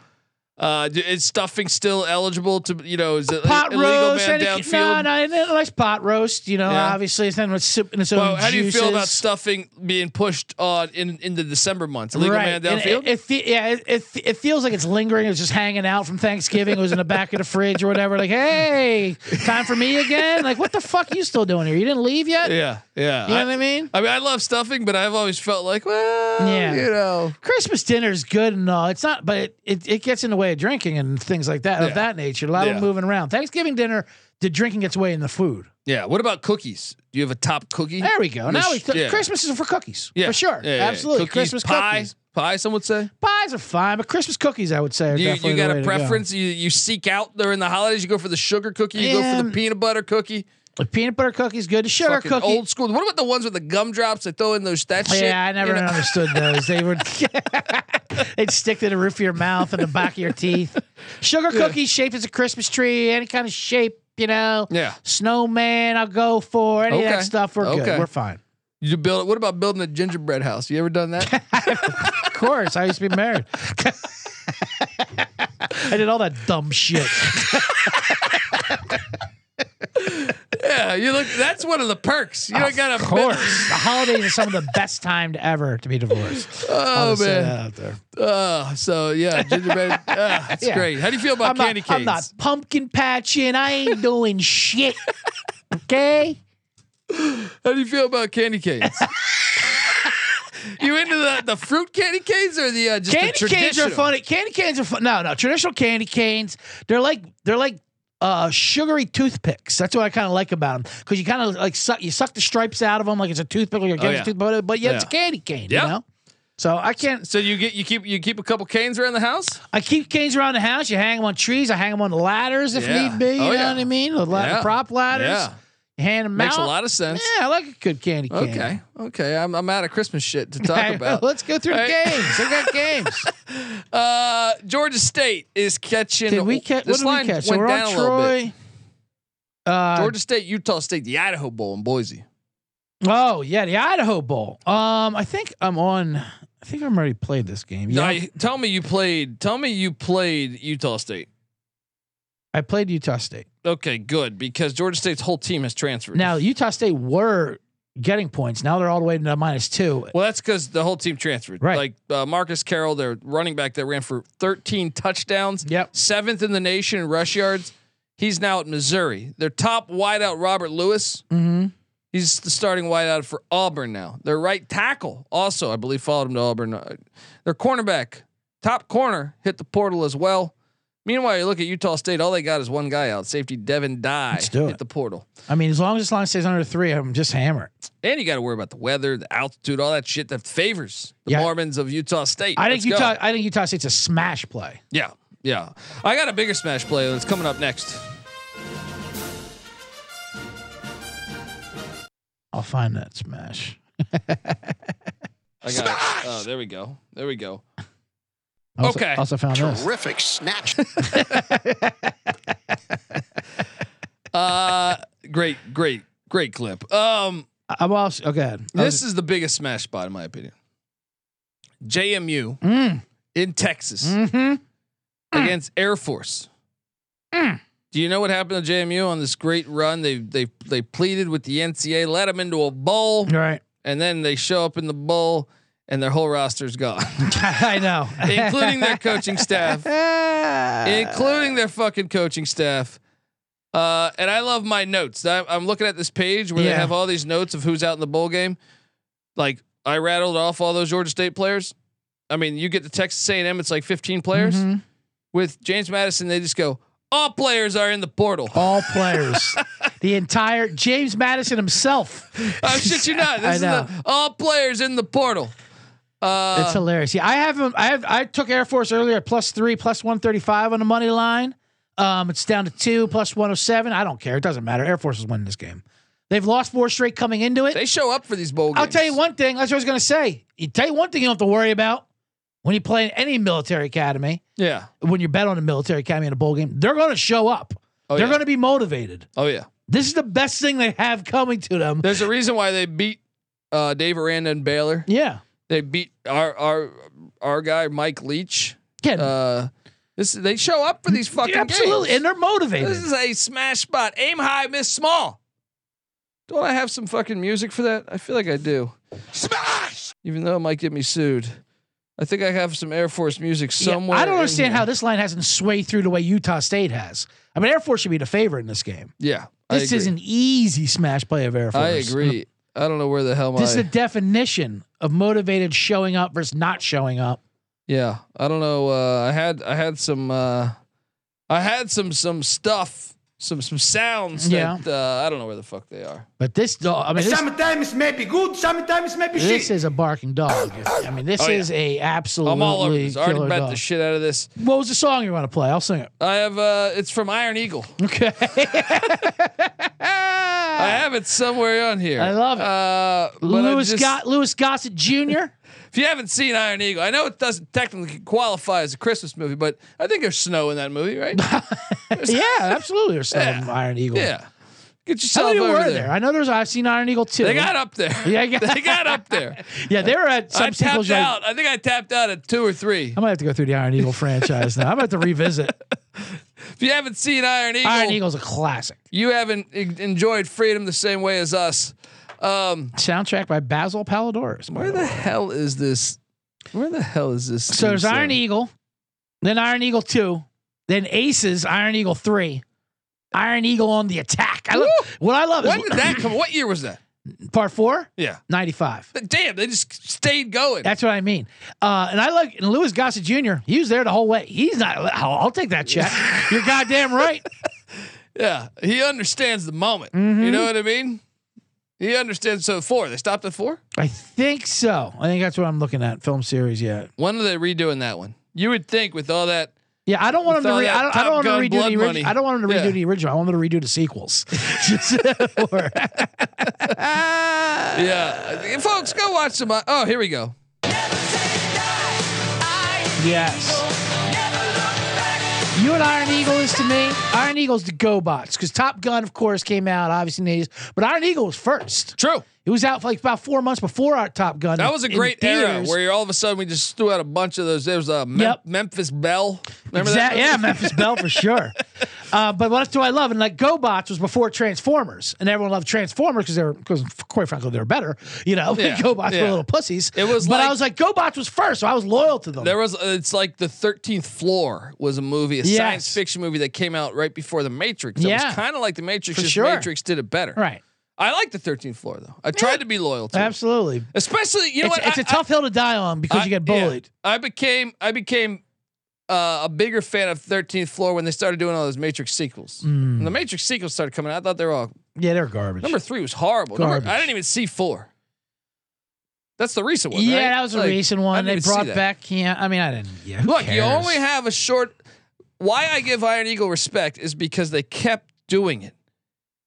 Speaker 1: Uh, d- is stuffing still eligible to you know is it
Speaker 3: pot
Speaker 1: illegal
Speaker 3: roast.
Speaker 1: man
Speaker 3: any-
Speaker 1: downfield?
Speaker 3: No, no, and then a nice pot roast. You know,
Speaker 1: Yeah.
Speaker 3: obviously it's then with soup in its own.
Speaker 1: Well, how do you feel about
Speaker 3: juices.
Speaker 1: stuffing being pushed on in in the December months? Illegal man
Speaker 3: And
Speaker 1: downfield.
Speaker 3: It, it, fe- yeah, it, it, fe- it feels like it's lingering. It's just hanging out from Thanksgiving. It was in the back of the fridge or whatever. Like, hey, time for me again. Like, what the fuck you still doing here? You didn't leave yet.
Speaker 1: yeah, yeah.
Speaker 3: You know what I mean?
Speaker 1: I mean, I love stuffing, but I've always felt like, well,
Speaker 3: Yeah.
Speaker 1: you know,
Speaker 3: Christmas dinner is good and all. It's not, but it, it, it gets in the way of drinking and things like that
Speaker 1: Yeah.
Speaker 3: of that nature. A lot
Speaker 1: Yeah.
Speaker 3: of moving around. Thanksgiving dinner, the drinking gets away in the food.
Speaker 1: yeah. What about cookies? Do you have a top cookie?
Speaker 3: There we go. Now we
Speaker 1: Yes, yeah.
Speaker 3: Christmas is for cookies.
Speaker 1: Yeah,
Speaker 3: For sure.
Speaker 1: yeah, yeah, yeah.
Speaker 3: Absolutely.
Speaker 1: Cookies,
Speaker 3: Christmas
Speaker 1: pie,
Speaker 3: cookies.
Speaker 1: pie. Some would say.
Speaker 3: Pies are fine, but Christmas cookies I would say are
Speaker 1: You,
Speaker 3: definitely
Speaker 1: you
Speaker 3: the
Speaker 1: got
Speaker 3: way
Speaker 1: a
Speaker 3: to go.
Speaker 1: preference? You you seek out during the holidays. You go for the sugar cookie. You go for the
Speaker 3: Yeah.
Speaker 1: peanut butter cookie.
Speaker 3: The peanut butter cookies good. The Um, sugar
Speaker 1: Fucking
Speaker 3: cookie.
Speaker 1: old school. What about the ones with the gumdrops? They throw in those that shit.
Speaker 3: Yeah, I never
Speaker 1: you know?
Speaker 3: understood those.
Speaker 1: <laughs>
Speaker 3: They would they'd stick to the roof of your mouth and the back of your teeth. Sugar cookies shaped as a Christmas tree, any kind of shape, you know.
Speaker 1: Yeah.
Speaker 3: Snowman, I'll go for any of
Speaker 1: Okay.
Speaker 3: that stuff. We're
Speaker 1: Okay.
Speaker 3: good. We're fine.
Speaker 1: You build. What about building a gingerbread house? You ever done that?
Speaker 3: <laughs> Of course, I used to be married. <laughs> I did all that dumb shit.
Speaker 1: yeah, you look. That's one of the perks. You don't got
Speaker 3: of
Speaker 1: to.
Speaker 3: course, the holidays are some of the best time to ever to be divorced. I'll
Speaker 1: Oh
Speaker 3: just say
Speaker 1: man.
Speaker 3: that out there.
Speaker 1: Uh, so yeah,
Speaker 3: <laughs>
Speaker 1: gingerbread. Uh, it's
Speaker 3: Yeah.
Speaker 1: great. How do you feel about
Speaker 3: I'm
Speaker 1: candy
Speaker 3: not,
Speaker 1: canes?
Speaker 3: I'm not pumpkin patching. I ain't
Speaker 1: <laughs>
Speaker 3: doing shit. Okay.
Speaker 1: How do you feel about candy
Speaker 3: <laughs>
Speaker 1: canes? you into the, the fruit candy canes or the uh, just
Speaker 3: candy
Speaker 1: the
Speaker 3: canes are
Speaker 1: traditional?
Speaker 3: funny. Candy canes are fun. No, no, traditional candy canes. They're like they're like uh, sugary toothpicks. That's what I kind of like about them because you kind of like suck you suck the stripes out of them like it's a toothpick or you're getting
Speaker 1: Oh, yeah.
Speaker 3: a toothpick, but yeah, it's a
Speaker 1: Yeah.
Speaker 3: candy cane.
Speaker 1: Yeah.
Speaker 3: You know. So I can't.
Speaker 1: So you get you keep you keep a couple canes around the house.
Speaker 3: I keep canes around the house. You hang them on trees. I hang them on ladders if
Speaker 1: Yeah.
Speaker 3: need be. You
Speaker 1: Oh,
Speaker 3: know
Speaker 1: yeah.
Speaker 3: what I mean? The la-
Speaker 1: Yeah.
Speaker 3: prop ladders.
Speaker 1: Yeah.
Speaker 3: You hand them
Speaker 1: Makes a
Speaker 3: out.
Speaker 1: lot of sense.
Speaker 3: Yeah, I like a good candy cane.
Speaker 1: Okay, okay. I'm, I'm out of Christmas shit to
Speaker 3: <laughs>
Speaker 1: talk about.
Speaker 3: Let's go through
Speaker 1: All
Speaker 3: the
Speaker 1: right.
Speaker 3: games. I got games.
Speaker 1: Uh, Georgia State is catching.
Speaker 3: Did we catch? What
Speaker 1: This
Speaker 3: did we
Speaker 1: line
Speaker 3: catch? So
Speaker 1: went
Speaker 3: we're
Speaker 1: down
Speaker 3: on
Speaker 1: a little bit.
Speaker 3: Troy. Uh,
Speaker 1: Georgia State, Utah State, the Idaho Bowl in Boise.
Speaker 3: Oh yeah, the Idaho Bowl. Um, I think I'm on. I think I'm already played this game. Yeah,
Speaker 1: Now, tell me you played. Tell me you played Utah State.
Speaker 3: I played Utah State.
Speaker 1: Okay, good because Georgia State's whole team has transferred.
Speaker 3: Now Utah State were getting points. Now they're all the way to minus two.
Speaker 1: well, that's because the whole team transferred.
Speaker 3: Right.
Speaker 1: Like uh, Marcus Carroll, their running back that ran for 13 touchdowns.
Speaker 3: Yep.
Speaker 1: Seventh in the nation in rush yards. He's now at Missouri. Their top wideout, Robert Lewis.
Speaker 3: Mm-hmm.
Speaker 1: He's the starting wideout for Auburn now. Their right tackle also, I believe, followed him to Auburn. Uh, Their cornerback, top corner, hit the portal as well. Meanwhile, you look at Utah State. All they got is one guy out. Safety Devin Die
Speaker 3: Let's do
Speaker 1: hit
Speaker 3: it.
Speaker 1: the portal.
Speaker 3: I mean, as long as this line stays under three, I'm just hammered.
Speaker 1: And you got to worry about the weather, the altitude, all that shit that favors the
Speaker 3: Yeah.
Speaker 1: Mormons of Utah State.
Speaker 3: I think
Speaker 1: Let's go.
Speaker 3: Utah. I think Utah State's a smash play.
Speaker 1: Yeah, yeah. I got a bigger smash play that's coming up next.
Speaker 3: I'll find that smash.
Speaker 1: I got. Oh, there we go. There we go.
Speaker 3: Also,
Speaker 1: Okay.
Speaker 3: Also found this.
Speaker 4: Terrific snatch.
Speaker 1: Uh, great, great, great clip. Um.
Speaker 3: I- I'm also. Oh, go ahead. I was-
Speaker 1: This is the biggest smash spot in my opinion. JMU
Speaker 3: Mm.
Speaker 1: in Texas
Speaker 3: Mhm.
Speaker 1: against Air Force.
Speaker 3: Mm.
Speaker 1: Do you know what happened to JMU on this great run? They they they pleaded with the NCAA, let them into a bowl,
Speaker 3: Right. <laughs>
Speaker 1: and then they show up in the bowl and their whole roster's gone, <laughs>
Speaker 3: I know. <laughs>
Speaker 1: including their coaching staff, including their fucking coaching staff. Uh, and I love my notes. I, I'm looking at this page where they
Speaker 3: Yeah.
Speaker 1: have all these notes of who's out in the bowl game. Like I rattled off all those Georgia State players. I mean, you get to Texas A&M, it's like 15 players.
Speaker 3: Mhm.
Speaker 1: With James Madison, they just go, all players are in the portal.
Speaker 3: all players. the entire James Madison himself.
Speaker 1: <laughs> I Oh, shit you not. This
Speaker 3: I
Speaker 1: is
Speaker 3: know.
Speaker 1: the, all players in the portal. Uh,
Speaker 3: It's hilarious. Yeah, I have him. I have. I took Air Force earlier at plus three, plus one thirty-five on the money line. Um, it's down to two, plus one hundred seven. I don't care. It doesn't matter. Air Force is winning this game. They've lost four straight coming into it.
Speaker 1: they show up for these bowl games.
Speaker 3: I'll tell you one thing. That's what I was going to say. You tell you one thing you don't have to worry about when you play in any military academy.
Speaker 1: Yeah.
Speaker 3: When you bet on a military academy in a bowl game, they're going to show up.
Speaker 1: Oh,
Speaker 3: they're
Speaker 1: yeah.
Speaker 3: going to be motivated.
Speaker 1: Oh, yeah.
Speaker 3: This is the best thing they have coming to them.
Speaker 1: There's a reason why they beat uh, Dave Aranda and Baylor.
Speaker 3: Yeah.
Speaker 1: They beat our our our guy Mike Leach.
Speaker 3: Again,
Speaker 1: Uh, This they show up for these fucking
Speaker 3: Absolutely,
Speaker 1: games.
Speaker 3: and they're motivated.
Speaker 1: This is a smash spot. Aim high, miss small. Don't I have some fucking music for that? I feel like I do. Smash! Even though it might get me sued. I think I have some Air Force music
Speaker 3: Yeah,
Speaker 1: somewhere.
Speaker 3: I don't
Speaker 1: in
Speaker 3: understand
Speaker 1: here.
Speaker 3: how this line hasn't swayed through the way Utah State has. I mean, Air Force should be the favorite in this game.
Speaker 1: Yeah. I
Speaker 3: This
Speaker 1: agree.
Speaker 3: is an easy smash play of Air Force.
Speaker 1: I agree. I don't know where the hell my
Speaker 3: This is a definition of motivated showing up versus not showing up.
Speaker 1: Yeah, I don't know. Uh, I had I had some uh, I had some some stuff, some some sounds.
Speaker 3: Yeah.
Speaker 1: That, uh, I don't know where the fuck they are.
Speaker 3: But this dog, I mean, this,
Speaker 6: Sometimes it may be good, sometimes it may be
Speaker 3: this
Speaker 6: shit.
Speaker 3: is a barking dog. I mean, this
Speaker 1: Oh, yeah.
Speaker 3: is a absolutely
Speaker 1: I'm all over this. I already
Speaker 3: killer
Speaker 1: bet
Speaker 3: dog.
Speaker 1: the shit out of this.
Speaker 3: what was the song you want to play? I'll sing it.
Speaker 1: I have uh, it's from Iron Eagle.
Speaker 3: Okay.
Speaker 1: I have it somewhere on here.
Speaker 3: I love it.
Speaker 1: Uh, but I
Speaker 3: Lewis
Speaker 1: just-
Speaker 3: Got Lewis
Speaker 1: <laughs>
Speaker 3: Gossett Jr.
Speaker 1: If you haven't seen Iron Eagle, I know it doesn't technically qualify as a Christmas movie, but I think there's snow in that movie,
Speaker 3: <laughs>
Speaker 1: right?
Speaker 3: yeah, absolutely. Or some
Speaker 1: Yeah.
Speaker 3: Iron Eagle.
Speaker 1: yeah. Get yourself
Speaker 3: How many
Speaker 1: over
Speaker 3: were
Speaker 1: there.
Speaker 3: there? I know there's. I've seen Iron Eagle too.
Speaker 1: They got up there.
Speaker 3: Yeah, I
Speaker 1: <laughs>
Speaker 3: got-
Speaker 1: they got up there.
Speaker 3: Yeah, they were at
Speaker 1: I
Speaker 3: <laughs> some sequels.
Speaker 1: tapped
Speaker 3: like-
Speaker 1: out. I think I tapped out at two or three.
Speaker 3: I might have to go through the Iron Eagle franchise now.
Speaker 1: <laughs>
Speaker 3: I'm about to revisit.
Speaker 1: If you haven't seen Iron Eagle,
Speaker 3: Iron Eagle's a classic.
Speaker 1: you haven't en- enjoyed freedom the same way as us. Um,
Speaker 3: Soundtrack by Basil Palladores. by
Speaker 1: where
Speaker 3: the
Speaker 1: the
Speaker 3: way.
Speaker 1: hell is this? Where the hell is this?
Speaker 3: So there's
Speaker 1: theme
Speaker 3: Iron
Speaker 1: song?
Speaker 3: Eagle, then Iron Eagle 2, then Aces, Iron Eagle 3, Iron Eagle on the attack. I love,
Speaker 1: Woo!
Speaker 3: what I love
Speaker 1: When
Speaker 3: is
Speaker 1: did that come? What year was that?
Speaker 3: part 4,
Speaker 1: Yeah.
Speaker 3: 95.
Speaker 1: But Damn, they just stayed going.
Speaker 3: That's what I mean. Uh, and I like and Lewis Gossett Jr. He was there the whole way. He's not. I'll, I'll take
Speaker 1: <laughs>
Speaker 3: that check. You're goddamn right.
Speaker 1: yeah, he understands the moment.
Speaker 3: Mm-hmm.
Speaker 1: You know what I mean? He understands. So four, they stopped at four.
Speaker 3: I think so. I think that's what I'm looking at. Film series. Yeah.
Speaker 1: When are they redoing that one? You would think with all that.
Speaker 3: Yeah, I don't want
Speaker 1: With
Speaker 3: him to.
Speaker 1: all
Speaker 3: Re-
Speaker 1: that
Speaker 3: I don't. I don't
Speaker 1: Top
Speaker 3: want
Speaker 1: Gun
Speaker 3: him to redo
Speaker 1: blood
Speaker 3: the
Speaker 1: money.
Speaker 3: original. I don't want him to redo
Speaker 1: Yeah.
Speaker 3: the original. I want him to redo the sequels.
Speaker 1: <laughs>
Speaker 3: <laughs> Just- or-
Speaker 1: Yeah, folks, go watch some. Oh, here we go.
Speaker 3: yes. You and Iron Eagle is to me. Iron Eagle's the GoBots because Top Gun, of course, came out obviously in the eighties, but Iron Eagle was first.
Speaker 1: True.
Speaker 3: It was out for like about four months before our Top Gun.
Speaker 1: That was a
Speaker 3: in
Speaker 1: great era
Speaker 3: theaters.
Speaker 1: where you're all of a sudden we just threw out a bunch of those. There was a Mem-
Speaker 3: Yep.
Speaker 1: Memphis Bell. Remember
Speaker 3: Exact-
Speaker 1: that?
Speaker 3: Yeah, Memphis Bell
Speaker 1: <laughs>
Speaker 3: for sure. Uh, but what else do I love? And like GoBots was before Transformers, and everyone loved Transformers because they were because quite frankly they were better. You know,
Speaker 1: Yeah,
Speaker 3: <laughs> GoBots
Speaker 1: yeah.
Speaker 3: were little pussies.
Speaker 1: It was
Speaker 3: but
Speaker 1: like-
Speaker 3: I was like GoBots was first, so I was loyal to them.
Speaker 1: There was. uh, It's like the Thirteenth Floor was a movie, a
Speaker 3: Yes.
Speaker 1: science fiction movie that came out right before the Matrix. It
Speaker 3: Yeah.
Speaker 1: was kind of like the Matrix.
Speaker 3: For
Speaker 1: just
Speaker 3: sure.
Speaker 1: Matrix did it better.
Speaker 3: right,
Speaker 1: I like the Thirteenth Floor though. I tried to be loyal to. it.
Speaker 3: absolutely.
Speaker 1: Especially, you know
Speaker 3: it's,
Speaker 1: what?
Speaker 3: it's
Speaker 1: I-
Speaker 3: a tough hill to die on because you
Speaker 1: I-
Speaker 3: get
Speaker 1: yeah.
Speaker 3: bullied.
Speaker 1: I became. I became. Uh, a bigger fan of 13th Floor when they started doing all those Matrix sequels.
Speaker 3: Mm.
Speaker 1: When the Matrix sequels started coming out, I thought they were all
Speaker 3: Yeah, they're garbage.
Speaker 1: Number three was horrible. Number- I
Speaker 3: Garbage.
Speaker 1: didn't even see four. That's the recent one.
Speaker 3: yeah,
Speaker 1: right?
Speaker 3: that was a
Speaker 1: Like,
Speaker 3: recent
Speaker 1: I
Speaker 3: one.
Speaker 1: didn't
Speaker 3: They
Speaker 1: even see
Speaker 3: brought
Speaker 1: that.
Speaker 3: back. Yeah, I mean, I didn't. Yeah, who
Speaker 1: Look, you
Speaker 3: cares?
Speaker 1: only have a short. Why I give Iron Eagle respect is because they kept doing it.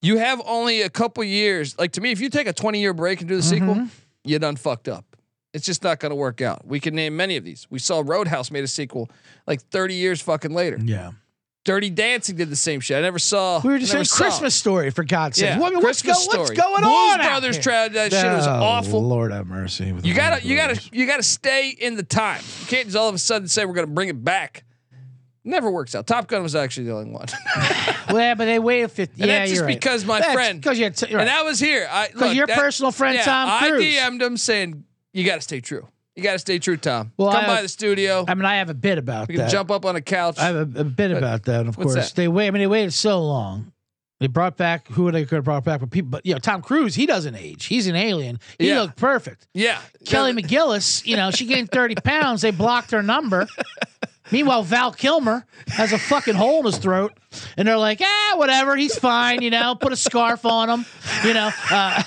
Speaker 1: You have only a couple years. Like to me, if you take a twenty-year break and do the sequel,
Speaker 3: Mm-hmm.
Speaker 1: you're done fucked up. It's just not going to work out. We can name many of these. We saw Roadhouse made a sequel like thirty years fucking later.
Speaker 3: Yeah,
Speaker 1: Dirty Dancing did the same shit. I never saw.
Speaker 3: we were just
Speaker 1: never
Speaker 3: saying
Speaker 1: saw it.
Speaker 3: Christmas story for God's sake.
Speaker 1: Yeah,
Speaker 3: What- what's, go,
Speaker 1: Christmas
Speaker 3: what's
Speaker 1: Story.
Speaker 3: going
Speaker 1: Blues
Speaker 3: on? out
Speaker 1: Brothers
Speaker 3: here?
Speaker 1: tried that shit. It was
Speaker 3: Oh,
Speaker 1: awful.
Speaker 3: Lord have mercy. with
Speaker 1: You
Speaker 3: the
Speaker 1: gotta,
Speaker 3: Blues
Speaker 1: you gotta,
Speaker 3: Brothers.
Speaker 1: you gotta stay in the time. You can't just all of a sudden say we're gonna bring it back. Never works out. Top Gun was actually the only one,
Speaker 3: Well, yeah, but they waited 50.
Speaker 1: And
Speaker 3: yeah,
Speaker 1: that's just
Speaker 3: you're right.
Speaker 1: because my
Speaker 3: That's
Speaker 1: friend-
Speaker 3: Because you had. T- <laughs> you're right.
Speaker 1: and that was here. I
Speaker 3: Because
Speaker 1: look,
Speaker 3: your
Speaker 1: that-
Speaker 3: personal friend
Speaker 1: yeah,
Speaker 3: Tom Cruise.
Speaker 1: I DM'd him saying you gotta stay true. You gotta stay true, Tom.
Speaker 3: Well,
Speaker 1: Come
Speaker 3: I-
Speaker 1: by the studio.
Speaker 3: I mean, I have a bit about
Speaker 1: we can
Speaker 3: that.
Speaker 1: jump up on a couch.
Speaker 3: I have a, a bit about that. Of
Speaker 1: what's
Speaker 3: course,
Speaker 1: that?
Speaker 3: they wait. I mean, they waited so long. They brought back who would they could have brought back? But people, but you know, Tom Cruise, he doesn't age. He's an alien. He
Speaker 1: Yeah.
Speaker 3: looked perfect.
Speaker 1: yeah,
Speaker 3: Kelly
Speaker 1: Yeah,
Speaker 3: McGillis, you know, she gained 30 pounds. They blocked her number. Meanwhile, Val Kilmer has a fucking hole in his throat, and they're like, ah, whatever, he's fine, you know, put a scarf on him, you know.
Speaker 1: <laughs>
Speaker 3: Uh,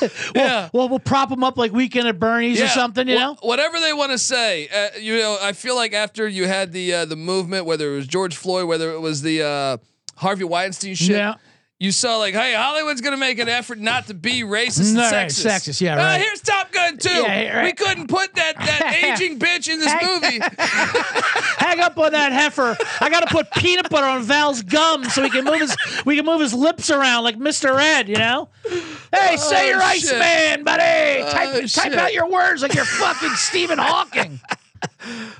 Speaker 3: well,
Speaker 1: Yeah.
Speaker 3: well, we'll prop him up like Weekend at Bernie's or
Speaker 1: yeah.
Speaker 3: something, you
Speaker 1: Wha-
Speaker 3: know.
Speaker 1: Whatever they want to say, uh, you know. I feel like after you had the uh, the movement, whether it was George Floyd, whether it was the uh, Harvey Weinstein shit,
Speaker 3: Yeah.
Speaker 1: you saw like, hey, Hollywood's gonna make an effort not to be racist
Speaker 3: No,
Speaker 1: and
Speaker 3: right,
Speaker 1: sexist.
Speaker 3: sexist, yeah,
Speaker 1: Ah,
Speaker 3: right.
Speaker 1: here's Top Gun too.
Speaker 3: Yeah, right.
Speaker 1: We couldn't put that
Speaker 3: <laughs>
Speaker 1: that aging bitch in this movie.
Speaker 3: Hang up on that heifer. I gotta put peanut butter on Val's gum so he can move his we can move his lips around like Mr. Ed, you know? Hey, say
Speaker 1: Oh,
Speaker 3: your
Speaker 1: shit.
Speaker 3: Iceman, buddy. type
Speaker 1: Oh,
Speaker 3: type
Speaker 1: shit.
Speaker 3: out your words like you're fucking Stephen Hawking.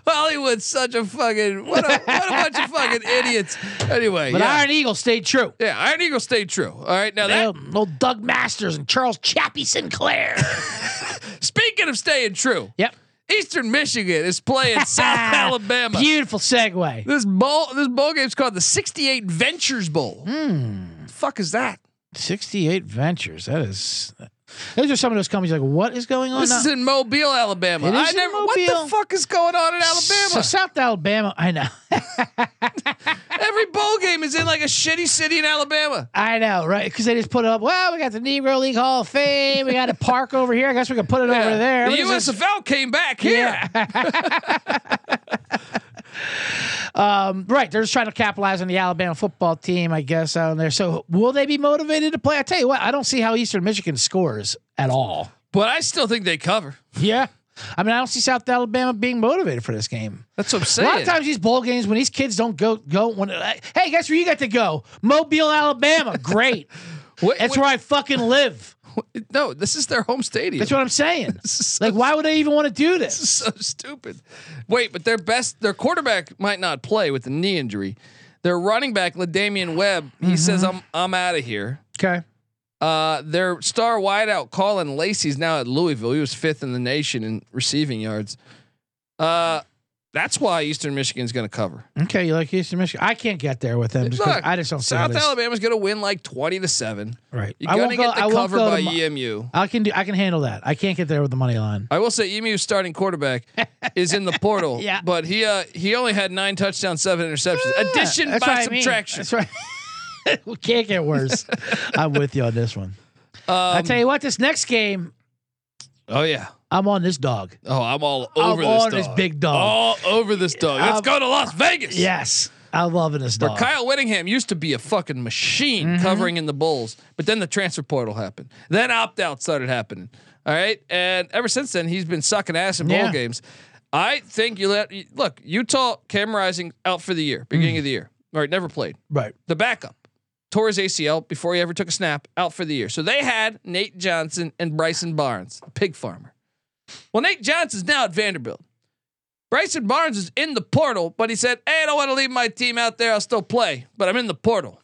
Speaker 1: Hollywood's such a fucking what a, what a bunch of fucking idiots. Anyway,
Speaker 3: But
Speaker 1: yeah.
Speaker 3: Iron Eagle stayed true.
Speaker 1: yeah, Iron Eagle stayed true. All right, now that
Speaker 3: Um, old Doug Masters and Charles Chappie Sinclair.
Speaker 1: speaking of staying true,
Speaker 3: <laughs> yep.
Speaker 1: Eastern Michigan is playing
Speaker 3: <laughs>
Speaker 1: South Alabama.
Speaker 3: Ah, Beautiful segue.
Speaker 1: This bowl, this bowl game's called the '68 Ventures Bowl.
Speaker 3: Hmm.
Speaker 1: Fuck is that?
Speaker 3: 68 Ventures. That is. Those are some of those companies like, what is going on?
Speaker 1: This
Speaker 3: now?
Speaker 1: is in Mobile, Alabama.
Speaker 3: Oh, It is
Speaker 1: I
Speaker 3: in
Speaker 1: never. What
Speaker 3: Mobile.
Speaker 1: the fuck is going on in Alabama?
Speaker 3: So South Alabama. I know. <laughs>
Speaker 1: Every bowl game is in like a shitty city in Alabama.
Speaker 3: I know, right? Because they just put it up. Well, we got the Negro League Hall of Fame. We got a park over here. I guess we can put it over
Speaker 1: Yeah.
Speaker 3: there.
Speaker 1: The
Speaker 3: Look at this.
Speaker 1: USFL came back here.
Speaker 3: Um, right. They're just trying to capitalize on the Alabama football team, I guess, out there. So will they be motivated to play? I tell you what, I don't see how Eastern Michigan scores at all.
Speaker 1: But I still think they cover.
Speaker 3: Yeah. I mean, I don't see South Alabama being motivated for this game.
Speaker 1: That's what I'm
Speaker 3: A
Speaker 1: saying.
Speaker 3: lot of times these bowl games when these kids don't go go when uh, hey guess where you got to go Mobile Alabama
Speaker 1: <laughs>
Speaker 3: great
Speaker 1: Wait,
Speaker 3: that's
Speaker 1: wait,
Speaker 3: where I fucking live
Speaker 1: wait, no, this is their home stadium.
Speaker 3: that's what I'm saying
Speaker 1: is so-
Speaker 3: like why would I even want to do this
Speaker 1: <laughs> so stupid. Wait, but their best, their quarterback might not play with a knee injury. Their running back, Ladamian Webb, he
Speaker 3: Mm-hmm.
Speaker 1: says, "I'm I'm out of here."
Speaker 3: okay
Speaker 1: Uh, their star wideout, Colin Lacey's now at Louisville. He was fifth in the nation in receiving yards. Uh, that's why Eastern Michigan's going to cover.
Speaker 3: okay you like Eastern Michigan I can't get there with them just 'cause
Speaker 1: Look,
Speaker 3: I just don't see how
Speaker 1: South
Speaker 3: this-
Speaker 1: Alabama's going to win like twenty to seven.
Speaker 3: right
Speaker 1: You're
Speaker 3: I
Speaker 1: going
Speaker 3: won't
Speaker 1: to
Speaker 3: go
Speaker 1: get
Speaker 3: I
Speaker 1: the
Speaker 3: won't
Speaker 1: cover
Speaker 3: go
Speaker 1: by
Speaker 3: to the,
Speaker 1: EMU.
Speaker 3: I can do I can handle that I can't get there with the money line
Speaker 1: I will say EMU's starting
Speaker 3: <laughs>
Speaker 1: quarterback is in the portal,
Speaker 3: Yeah.
Speaker 1: but he uh, he only had nine touchdowns, seven interceptions. Addition
Speaker 3: That's
Speaker 1: by
Speaker 3: what I mean.
Speaker 1: subtraction.
Speaker 3: <laughs> That's right. we can't get worse. <laughs> I'm with you on this one. I tell you what, this next game,
Speaker 1: Oh yeah.
Speaker 3: I'm on this dog.
Speaker 1: Oh, I'm all over this
Speaker 3: on
Speaker 1: dog.
Speaker 3: this big dog.
Speaker 1: All over this dog. Let's
Speaker 3: Um,
Speaker 1: go to Las Vegas.
Speaker 3: Yes, I'm loving this
Speaker 1: Where
Speaker 3: dog.
Speaker 1: Kyle Whittingham used to be a fucking machine covering in the Bulls, but then the transfer portal happened. Then opt out started happening. All right. And ever since then, he's been sucking ass in bowl
Speaker 3: Yeah.
Speaker 1: games. I think you let, look, Utah Camerizing out for the year, beginning of the year. All right. Never played.
Speaker 3: right.
Speaker 1: the backup tore his ACL before he ever took a snap out for the year. So they had Nate Johnson and Bryson Barnes, the pig farmer. Well, Nate Johnson's now at Vanderbilt. Bryson Barnes is in the portal, but he said, Hey, I don't want to leave my team out there. I'll still play, but I'm in the portal.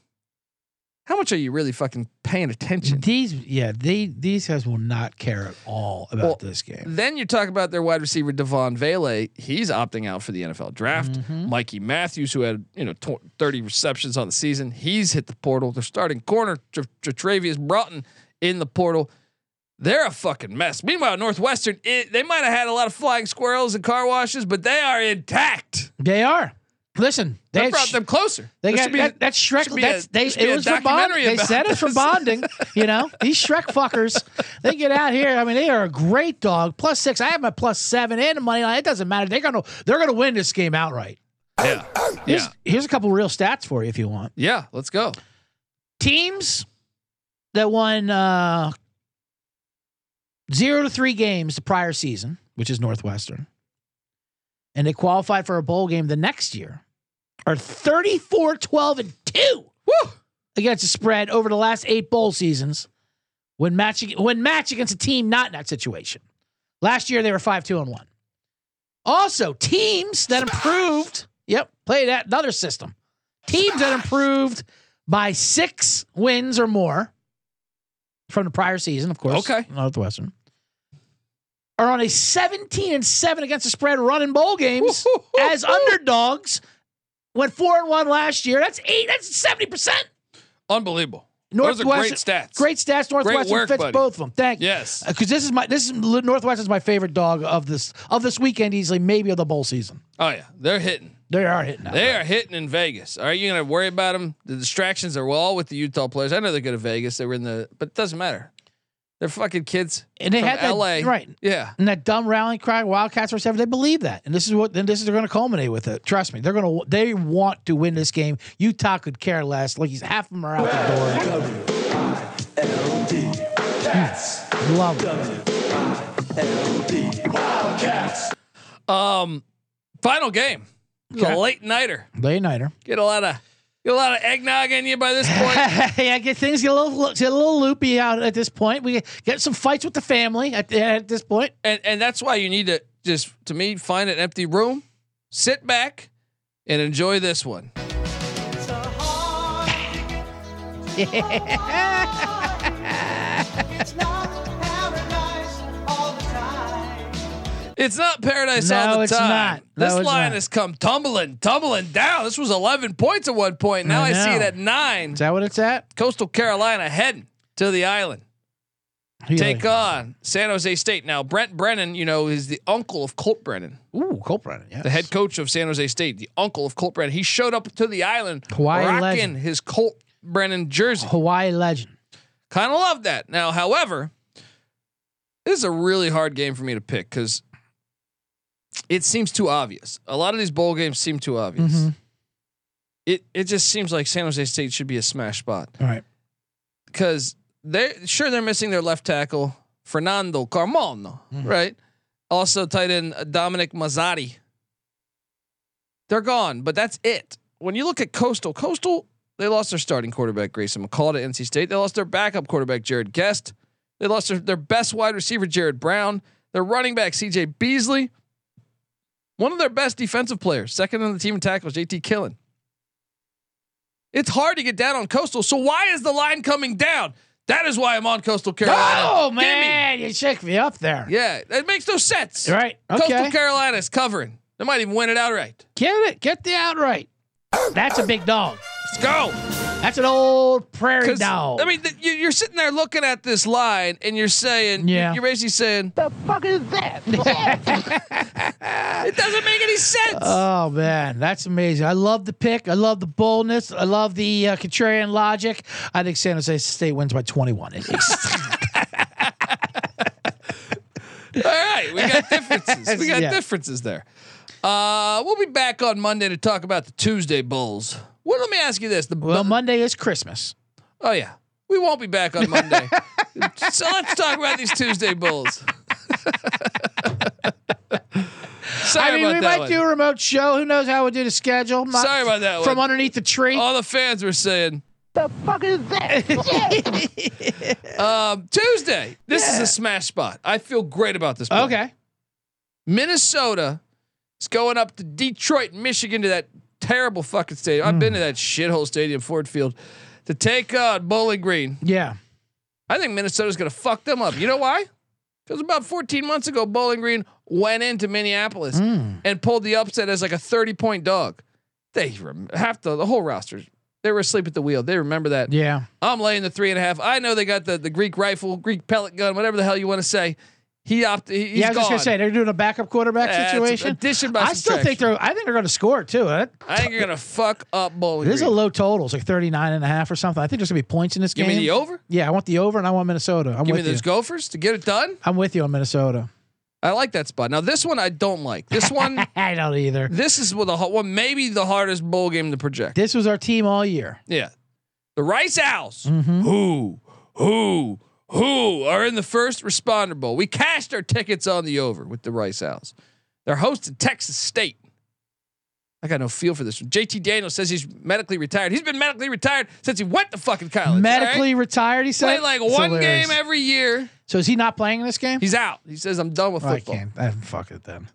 Speaker 1: How much are you really fucking paying attention?
Speaker 3: These, yeah, they these guys will not care at all about
Speaker 1: Well,
Speaker 3: this game.
Speaker 1: Then you talk about their wide receiver Devon Vele. He's opting out for the NFL draft.
Speaker 3: Mm-hmm.
Speaker 1: Mikey Matthews, who had you know tw- thirty receptions on the season, he's hit the portal. Their starting corner Tr- Travius Broughton in the portal. They're a fucking mess. Meanwhile, Northwestern it, they might have had a lot of flying squirrels and car washes, but they are intact.
Speaker 3: They are. Listen,
Speaker 1: That
Speaker 3: they
Speaker 1: brought
Speaker 3: sh-
Speaker 1: them closer.
Speaker 3: They
Speaker 1: There
Speaker 3: got
Speaker 1: should be-
Speaker 3: that, that's Shrek.
Speaker 1: should be
Speaker 3: That's
Speaker 1: a-
Speaker 3: they.
Speaker 1: should be
Speaker 3: It
Speaker 1: a
Speaker 3: was for bonding.
Speaker 1: documentary
Speaker 3: They
Speaker 1: about
Speaker 3: said it for
Speaker 1: this.
Speaker 3: bonding.
Speaker 1: <laughs>
Speaker 3: You know these Shrek fuckers. They get out here. I mean, they are a great dog. Plus six. I have my plus seven and the money line. It doesn't matter. They're gonna they're gonna win this game outright.
Speaker 1: yeah,
Speaker 3: Here's,
Speaker 1: yeah,
Speaker 3: here's a couple real stats for you if you want.
Speaker 1: yeah. Let's go.
Speaker 3: Teams that won uh, zero to three games the prior season, which is Northwestern, and they qualified for a bowl game the next year, are 34 12 and 2
Speaker 1: Woo!
Speaker 3: against the spread over the last eight bowl seasons when match when match against a team not in that situation. Last year they were five two and one. Also, teams that improved. Yep, play that another system. Teams that improved by six wins or more from the prior season, of course.
Speaker 1: Okay.
Speaker 3: Northwestern are on a seventeen and seven against the spread run in bowl games as underdogs. Went four and one last year. That's eight. That's seventy percent.
Speaker 1: Unbelievable. Those are
Speaker 3: Northwestern
Speaker 1: great stats.
Speaker 3: Great stats. Northwestern
Speaker 1: work,
Speaker 3: fits
Speaker 1: buddy.
Speaker 3: both of them. Thank you.
Speaker 1: Yes.
Speaker 3: because this is my this is Northwestern's my favorite dog of this of this weekend easily maybe of the bowl season.
Speaker 1: Oh yeah, they're hitting.
Speaker 3: They are hitting. Now.
Speaker 1: They are hitting in Vegas. Are you going to worry about them? The distractions are all with the Utah players. I know they're good at Vegas. They were in the, but it doesn't matter. They're fucking kids.
Speaker 3: And they
Speaker 1: from
Speaker 3: had that-
Speaker 1: LA.
Speaker 3: right.
Speaker 1: Yeah.
Speaker 3: and that dumb rallying cry, Wildcats or seven. They believe that, and this is what then this is they're going to culminate with it. Trust me, they're going to they want to win this game. Utah could care less. Like he's half of them are out the door. Hmm. Love it.
Speaker 1: Um, final game. It's
Speaker 3: Okay.
Speaker 1: A late nighter.
Speaker 3: Late nighter.
Speaker 1: Get a lot of get a lot of eggnog in you by this point.
Speaker 3: <laughs> yeah, get things get a little get a little loopy out at this point. We get some fights with the family at, at this point.
Speaker 1: and and that's why you need to just to me, find an empty room, sit back, and enjoy this one. It's not paradise
Speaker 3: No,
Speaker 1: all the
Speaker 3: it's
Speaker 1: time.
Speaker 3: not. No,
Speaker 1: this
Speaker 3: it's
Speaker 1: line
Speaker 3: not.
Speaker 1: has come tumbling, tumbling down. This was 11 points at one point. Now I,
Speaker 3: I
Speaker 1: see
Speaker 3: know.
Speaker 1: it at nine.
Speaker 3: Is that what it's at?
Speaker 1: Coastal Carolina heading to the island.
Speaker 3: Who you
Speaker 1: Take
Speaker 3: like?
Speaker 1: on San Jose State. Now, Brent Brennan, you know, is the uncle of Colt Brennan,
Speaker 3: Ooh, Colt Brennan. Yes.
Speaker 1: the head coach of San Jose State, the uncle of Colt Brennan. He showed up to the island
Speaker 3: Hawaii
Speaker 1: rocking
Speaker 3: legend.
Speaker 1: his Colt Brennan jersey.
Speaker 3: Hawaii legend.
Speaker 1: Kind of love that. Now, however, this is a really hard game for me to pick because it seems too obvious. A lot of these bowl games seem too obvious.
Speaker 3: Mhm.
Speaker 1: It it just seems like San Jose State should be a smash spot
Speaker 3: All right.
Speaker 1: because they sure they're missing their left tackle Fernando Carmona, right? Also tight end uh, Dominic Mazzotti. They're gone, but that's it. When you look at Coastal, Coastal they lost their starting quarterback Grayson McCall to NC State. They lost their backup quarterback Jared Guest. They lost their, their best wide receiver Jared Brown. Their running back CJ Beasley. One of their best defensive players, second on the team in tackles, JT Killen. It's hard to get down on Coastal. So why is the line coming down? That is why I'm on Coastal Carolina.
Speaker 3: Oh
Speaker 1: Gimme.
Speaker 3: man, you shook me up there.
Speaker 1: Yeah, it makes no sense.
Speaker 3: Right. Okay.
Speaker 1: Coastal Carolina is covering. They might even win it outright.
Speaker 3: Get it. Get the outright. That's a big dog.
Speaker 1: Let's go.
Speaker 3: That's an old prairie
Speaker 1: 'Cause,
Speaker 3: dog.
Speaker 1: I mean, th- you- you're sitting there looking at this line, and you're saying,
Speaker 3: Yeah.
Speaker 1: you're basically saying, the fuck
Speaker 3: <laughs>
Speaker 1: is that? <laughs> it doesn't make any sense.
Speaker 3: Oh man, that's amazing! I love the pick. I love the boldness. I love the uh, contrarian logic. I think San Jose State wins by 21. It- it's-
Speaker 1: All right, we got
Speaker 3: <laughs>
Speaker 1: differences. We got
Speaker 3: Yeah.
Speaker 1: differences there. Uh, we'll be back on Monday to talk about the Tuesday bowls. Well, let me ask you this: the
Speaker 3: well, Monday is Christmas.
Speaker 1: Oh yeah, we won't be back on
Speaker 3: <laughs>
Speaker 1: Monday. so let's talk about these Tuesday Bulls. Sorry
Speaker 3: I mean,
Speaker 1: about
Speaker 3: we
Speaker 1: that
Speaker 3: might
Speaker 1: one.
Speaker 3: do a remote show. Who knows how we do the schedule? Not-
Speaker 1: Sorry about that one.
Speaker 3: From
Speaker 1: Oh,
Speaker 3: underneath the tree. <laughs>
Speaker 1: All the fans were saying, "The fuck is that?" um, Tuesday. This is a smash spot. I feel great about this. play.
Speaker 3: okay.
Speaker 1: Minnesota is going up to Detroit, Michigan to that terrible fucking stadium. I've
Speaker 3: Hmm.
Speaker 1: been to that shithole stadium, Ford Field, to take on Bowling Green.
Speaker 3: Yeah.
Speaker 1: I think Minnesota's going to fuck them up. You know why? Because about 14 months ago, Bowling Green went into Minneapolis
Speaker 3: Hmm.
Speaker 1: and pulled the upset as like a 30 point dog. They rem- half the, the whole roster. They were asleep at the wheel. They remember that.
Speaker 3: Yeah.
Speaker 1: I'm laying the three and a half. I know they got the, the Greek rifle, Greek pellet gun, whatever the hell you want to say. He opted. He, he's
Speaker 3: yeah. I was
Speaker 1: gone.
Speaker 3: just gonna say they're doing a backup quarterback
Speaker 1: Yeah, it's
Speaker 3: situation.
Speaker 1: addition by
Speaker 3: I still think
Speaker 1: subtraction.
Speaker 3: they're. I think they're gonna score too. That-
Speaker 1: I think you're gonna fuck up Bowling
Speaker 3: This is a
Speaker 1: Green.
Speaker 3: low total. It's like 39 and a half or something. I think there's gonna be points in this
Speaker 1: Give
Speaker 3: game.
Speaker 1: me the over.
Speaker 3: Yeah, I want the over and I want Minnesota. I'm
Speaker 1: Give me
Speaker 3: with you.
Speaker 1: those Gophers to get it done.
Speaker 3: I'm with you on Minnesota.
Speaker 1: I like that spot. Now this one I don't like. This
Speaker 3: <laughs>
Speaker 1: one.
Speaker 3: I don't either.
Speaker 1: this is what the hard- one maybe the hardest bowl game to project.
Speaker 3: This was our team all year.
Speaker 1: Yeah. The Rice Owls,
Speaker 3: Mm-hmm.
Speaker 1: who, who, who are in the first responder bowl. We cashed our tickets on the over with the Rice Owls. They're hosting Texas State. I got no feel for this one. JT Daniels says he's medically retired. He's been medically retired since he went to fucking college. all right?
Speaker 3: Medically retired, he said.
Speaker 1: Play like
Speaker 3: It's
Speaker 1: one
Speaker 3: hilarious.
Speaker 1: game every year.
Speaker 3: So is he not playing in this game?
Speaker 1: He's out. He says, I'm done with
Speaker 3: Oh, I
Speaker 1: football.
Speaker 3: can't. I fuck it then.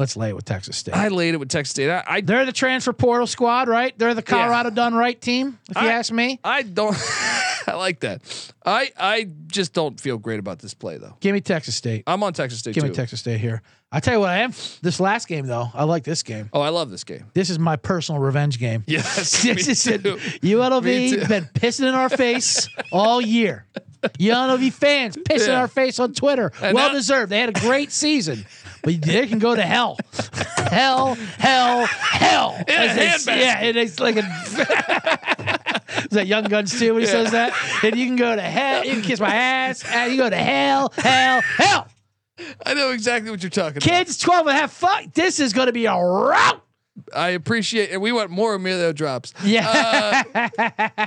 Speaker 3: Let's lay it with Texas State.
Speaker 1: I, laid it with Texas State. I, I,
Speaker 3: They're the transfer portal squad, right? They're the Colorado done right team, if you
Speaker 1: I-
Speaker 3: ask me.
Speaker 1: I don't. <laughs> I like that. I, I just don't feel great about this play, though.
Speaker 3: Give me Texas State.
Speaker 1: I'm on Texas State,
Speaker 3: Give
Speaker 1: too.
Speaker 3: me Texas State here. I tell you what, I am this last game though. I like this game.
Speaker 1: oh, I love this game.
Speaker 3: This is my personal revenge game. <laughs>
Speaker 1: Yes, me
Speaker 3: This is it.
Speaker 1: too. Me too.
Speaker 3: UNLV been pissing in our face all year. UNLV fans pissing in
Speaker 1: Yeah.
Speaker 3: our face on Twitter.
Speaker 1: And
Speaker 3: well
Speaker 1: now-
Speaker 3: deserved. They had a great season, but they can go to hell, <laughs> hell, hell, hell.
Speaker 1: a
Speaker 3: As they-
Speaker 1: handbasket.
Speaker 3: yeah, and it's like a. <laughs> Is that Young Guns too when he says that? And you can go to hell. You can kiss my ass. And you go to hell, hell, hell.
Speaker 1: I know exactly what you're talking
Speaker 3: Kids, 12 and a half. Fuck, this is going to be a
Speaker 1: about.
Speaker 3: rout.
Speaker 1: I appreciate and we want more Emilio drops.
Speaker 3: <laughs>
Speaker 1: Uh,
Speaker 3: Yeah.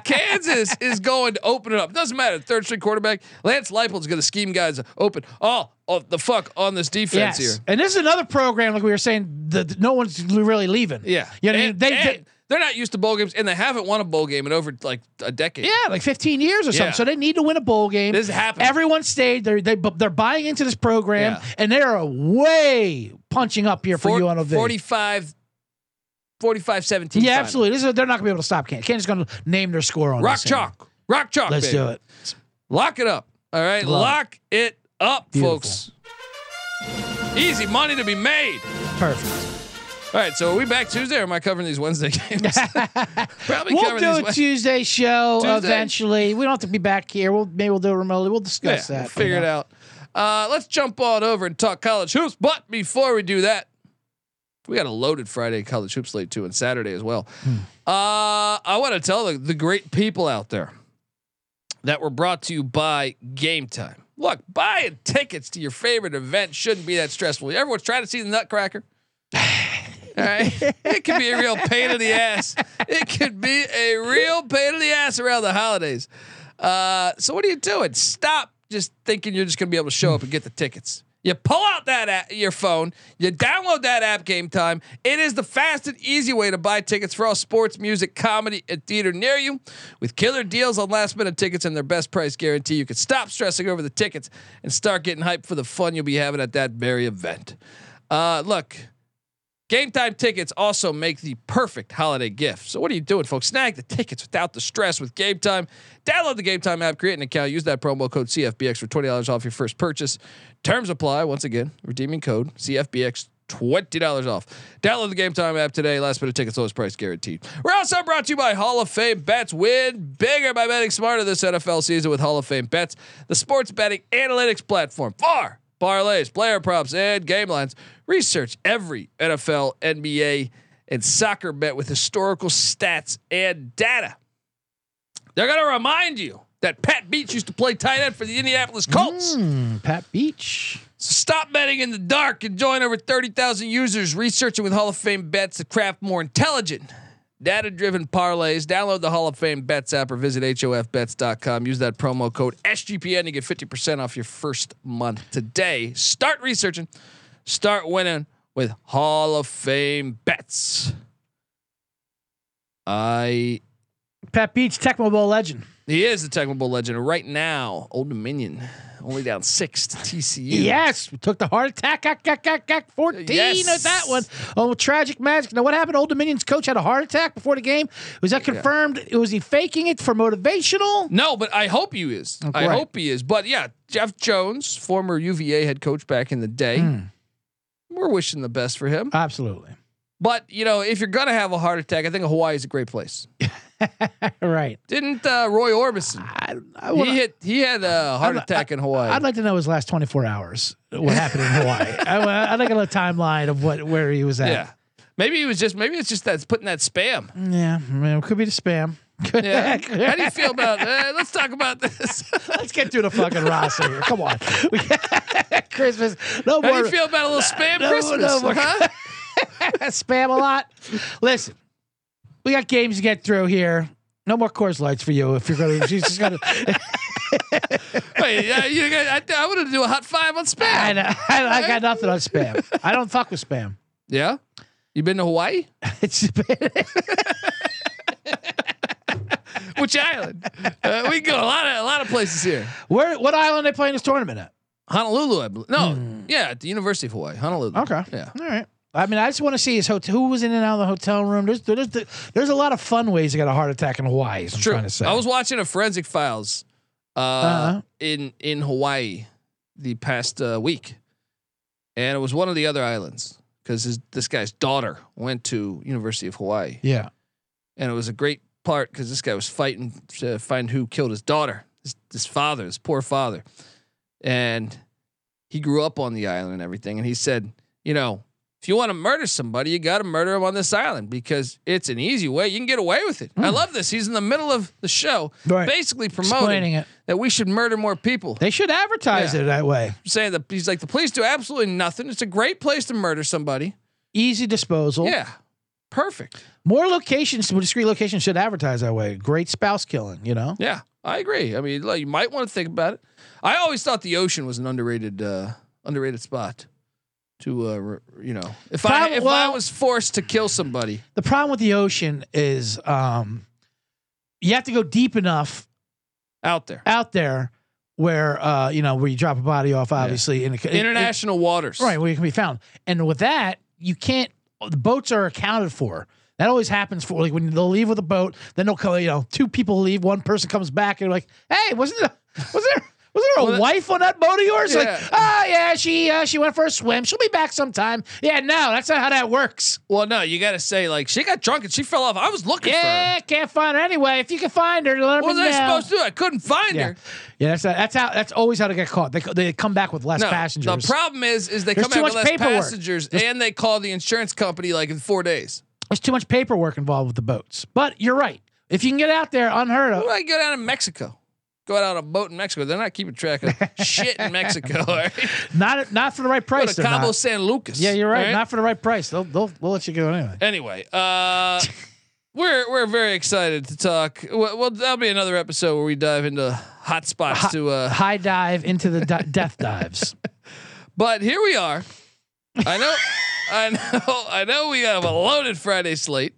Speaker 1: Kansas is going to open it up. Doesn't matter. Third string quarterback. Lance Leipold's gonna scheme guys open all of the fuck on this defense here.
Speaker 3: And this is another program, like we were saying, that no one's l- really leaving.
Speaker 1: Yeah.
Speaker 3: You know what I
Speaker 1: and,
Speaker 3: mean? They,
Speaker 1: and
Speaker 3: they,
Speaker 1: They're not used to bowl games, and they haven't won a bowl game in over like a decade.
Speaker 3: Yeah, like 15 years or something.
Speaker 1: Yeah.
Speaker 3: So they need to win a bowl game.
Speaker 1: This happened.
Speaker 3: Everyone stayed. They're they, bu- they're buying into this program,
Speaker 1: Yeah.
Speaker 3: and they are way punching up here for
Speaker 1: Four-
Speaker 3: you on a
Speaker 1: 45, 45 17.
Speaker 3: Yeah,
Speaker 1: final.
Speaker 3: absolutely. This is, they're not gonna be able to stop Kansas. Kansas is gonna name their score on
Speaker 1: Rock
Speaker 3: this thing.
Speaker 1: chalk. Rock chalk.
Speaker 3: Let's
Speaker 1: baby.
Speaker 3: do it.
Speaker 1: Lock it up. All right.
Speaker 3: Love it.
Speaker 1: Lock it, up,
Speaker 3: Beautiful.
Speaker 1: folks. Easy money to be made.
Speaker 3: Perfect.
Speaker 1: <laughs> All right. So are we back Tuesday or am I covering these Wednesday <laughs>
Speaker 3: <laughs>
Speaker 1: games? Probably
Speaker 3: we'll
Speaker 1: covering
Speaker 3: do
Speaker 1: these
Speaker 3: a
Speaker 1: Wed-
Speaker 3: Tuesday show
Speaker 1: Tuesday?
Speaker 3: eventually. We don't have to be back here. We'll maybe we'll do it remotely. We'll
Speaker 1: Yeah,
Speaker 3: discuss
Speaker 1: we'll
Speaker 3: that.
Speaker 1: figure it out. Uh, let's jump on over and talk college hoops. But before we do that, we got a loaded Friday college hoops slate too, and Saturday as well.
Speaker 3: Hmm.
Speaker 1: Uh, I want to tell the, the great people out there that were brought to you by Game Time. Look, buying tickets to your favorite event shouldn't be that stressful. Everyone's trying to see the Nutcracker. All right. It can be a real pain in the ass. It can be a real pain in the ass around the holidays. Uh, so what are you doing? Stop just thinking you're just going to be able to show up and get the tickets. You pull out that app, your phone, you download that app Game Time. It is the fast and easy way to buy tickets for all sports, music, comedy, and theater near you. With killer deals on last minute tickets and their best price guarantee, you can stop stressing over the tickets and start getting hyped for the fun you'll be having at that very event. Uh, look, Game time tickets also make the perfect holiday gift. So what are you doing, folks? Snag the tickets without the stress with Game Time. Download the Game Time app, create an account, use that promo code CFBX for twenty dollars off your first purchase. Terms apply. Once again, redeeming code CFBX. Twenty dollars off. Download the Game Time app today. Last minute tickets, lowest price guaranteed. We're also brought to you by Hall of Fame bets. Win bigger by betting smarter this NFL season with Hall of Fame bets, the sports betting analytics platform. Far parlays, player props, and game lines. Research every NFL, NBA, and soccer bet with historical stats and data. They're going to remind you that Pat Beach used to play tight end for the Indianapolis Colts.
Speaker 3: Mm, Pat Beach.
Speaker 1: So stop betting in the dark and join over 30,000 users researching with Hall of Fame bets to craft more intelligent, data driven parlays. Download the Hall of Fame bets app or visit HOFBets.com. Use that promo code SGPN to get 50% off your first month today. Start researching, start winning with Hall of Fame bets. I
Speaker 3: Pat Beach, Tecmo Bowl legend.
Speaker 1: he is the Tecmo Bowl legend right now. Old Dominion only down six to TCU.
Speaker 3: Yes, we took the heart attack. Ack, ack, ack, ack, 14
Speaker 1: Uh, Yes.
Speaker 3: at that one. Oh, tragic magic. Now, what happened? Old Dominion's coach had a heart attack before the game. Was that confirmed? Was he faking it for motivational?
Speaker 1: No, but I hope he is. I
Speaker 3: Right.
Speaker 1: hope he is. But yeah, Jeff Jones, former UVA head coach back in the day.
Speaker 3: Hmm.
Speaker 1: We're wishing the best for
Speaker 3: Uh,
Speaker 1: him.
Speaker 3: Absolutely.
Speaker 1: But, you know, if you're going to have a heart attack, I think Hawaii is a great place.
Speaker 3: Right.
Speaker 1: Didn't uh, Roy Orbison?
Speaker 3: I, I
Speaker 1: He
Speaker 3: wanna,
Speaker 1: hit he had a heart
Speaker 3: Ah, I'd-
Speaker 1: attack in Hawaii.
Speaker 3: I'd like to know his last 24 hours, what happened in
Speaker 1: <laughs>
Speaker 3: Hawaii. I, wa- I'd like a little timeline of what where he was
Speaker 1: yeah.
Speaker 3: at.
Speaker 1: Maybe he was just maybe it's just that's putting that spam.
Speaker 3: <laughs> Yeah. Yeah. I mean, it could be the spam. <laughs>
Speaker 1: Yeah. How do you feel about uh, let's talk about this.
Speaker 3: Let's get through the
Speaker 1: <laughs>
Speaker 3: fucking roster here. Come on. <laughs> We- Christmas. No
Speaker 1: How
Speaker 3: more.
Speaker 1: do you feel about a little spam
Speaker 3: no,
Speaker 1: Christmas?
Speaker 3: no,
Speaker 1: huh?
Speaker 3: <laughs> spam a lot. Listen, we got games to get through here. No more Coors Lights for you if you're going to. She's just <laughs> going to.
Speaker 1: Wait, uh, you, I, I wanted to do a hot five on spam.
Speaker 3: I, know- I, I got nothing on spam. I don't fuck with spam. <laughs>
Speaker 1: Yeah. You been to Hawaii?
Speaker 3: It's <laughs>
Speaker 1: Which island? Uh, we can go a lot of a lot of places here.
Speaker 3: where? What island they playing this tournament at?
Speaker 1: Honolulu, I believe. No, yeah, at the University of Hawaii, Honolulu.
Speaker 3: Okay.
Speaker 1: Yeah.
Speaker 3: All right. I mean, I just want to see his hotel. Who was in and out of the hotel room? There's there's there's a lot of fun ways to get a heart attack in Hawaii. Is what I'm
Speaker 1: True.
Speaker 3: trying to say.
Speaker 1: I was watching a Forensic Files uh,
Speaker 3: Uh-huh.
Speaker 1: in in Hawaii the past uh, week, and it was one of the other islands because this guy's daughter went to University of Hawaii,
Speaker 3: yeah.
Speaker 1: and it was a great part because this guy was fighting to find who killed his daughter, his, his father, his poor father, and he grew up on the island and everything. And he said, you know, if you want to murder somebody, you got to murder him on this island because it's an easy way. You can get away with it. I love this. He's in the middle of the show,
Speaker 3: Hmm. Right.
Speaker 1: basically
Speaker 3: Explaining
Speaker 1: promoting
Speaker 3: it.
Speaker 1: that we should murder more people.
Speaker 3: They should advertise
Speaker 1: Yeah.
Speaker 3: it that way.
Speaker 1: Saying that he's like the police do absolutely nothing. It's a great place to murder somebody.
Speaker 3: Easy disposal.
Speaker 1: Yeah, perfect.
Speaker 3: More locations, discrete locations should advertise that way. Great spouse killing, you know?
Speaker 1: Yeah, I agree. I mean, like, you might want to think about it. I always thought the ocean was an underrated, uh, underrated spot. to uh, re- you know, if I
Speaker 3: Probably-
Speaker 1: if I
Speaker 3: well-
Speaker 1: was forced to kill somebody,
Speaker 3: the problem with the ocean is um, you have to go deep enough
Speaker 1: out there,
Speaker 3: out there where uh, you know where you drop a body off, obviously in the
Speaker 1: international waters,
Speaker 3: right where you can be found. And with that, you can't. The boats are accounted for. That always happens for like when they'll leave with a boat, then they'll come. You know, two people leave, one person comes back, and they're like, "Hey, wasn't there, was there?" Was there a
Speaker 1: Well, that-
Speaker 3: wife on that boat of yours? Like,
Speaker 1: Yeah.
Speaker 3: oh yeah, she uh, she went for a swim. She'll be back sometime. Yeah, no, that's not how that works.
Speaker 1: Well, no, you got to say like she got drunk and she fell off. I was looking for her.
Speaker 3: Yeah, can't find her anyway. If you can find her, let
Speaker 1: What was
Speaker 3: me know.
Speaker 1: I supposed to do? I couldn't find
Speaker 3: Yeah,
Speaker 1: her.
Speaker 3: yeah. That's that's how that's always how they get caught. They they come back with less
Speaker 1: No,
Speaker 3: passengers.
Speaker 1: the problem is, is they
Speaker 3: There's
Speaker 1: come
Speaker 3: too
Speaker 1: out with
Speaker 3: much
Speaker 1: less
Speaker 3: paperwork.
Speaker 1: passengers, and they call the insurance company like in four days.
Speaker 3: There's too much paperwork involved with the boats. But you're right. If you can get out there unheard of,
Speaker 1: What do I go down to Mexico? Go out on a boat in Mexico. They're not keeping track
Speaker 3: <laughs>
Speaker 1: of shit in Mexico. All right?
Speaker 3: not not for the right
Speaker 1: Go
Speaker 3: price.
Speaker 1: to
Speaker 3: they're
Speaker 1: Cabo
Speaker 3: not.
Speaker 1: San Lucas.
Speaker 3: Yeah, you're right.
Speaker 1: all
Speaker 3: Not for the right price. They'll they'll, they'll let you go anyway.
Speaker 1: Anyway, uh, <laughs> we're we're very excited to talk. Well, well, that'll be another episode where we dive into hot spots to. Uh,
Speaker 3: High dive into the di- death dives.
Speaker 1: but here we are. I know, I know, I know. We have a loaded Friday slate.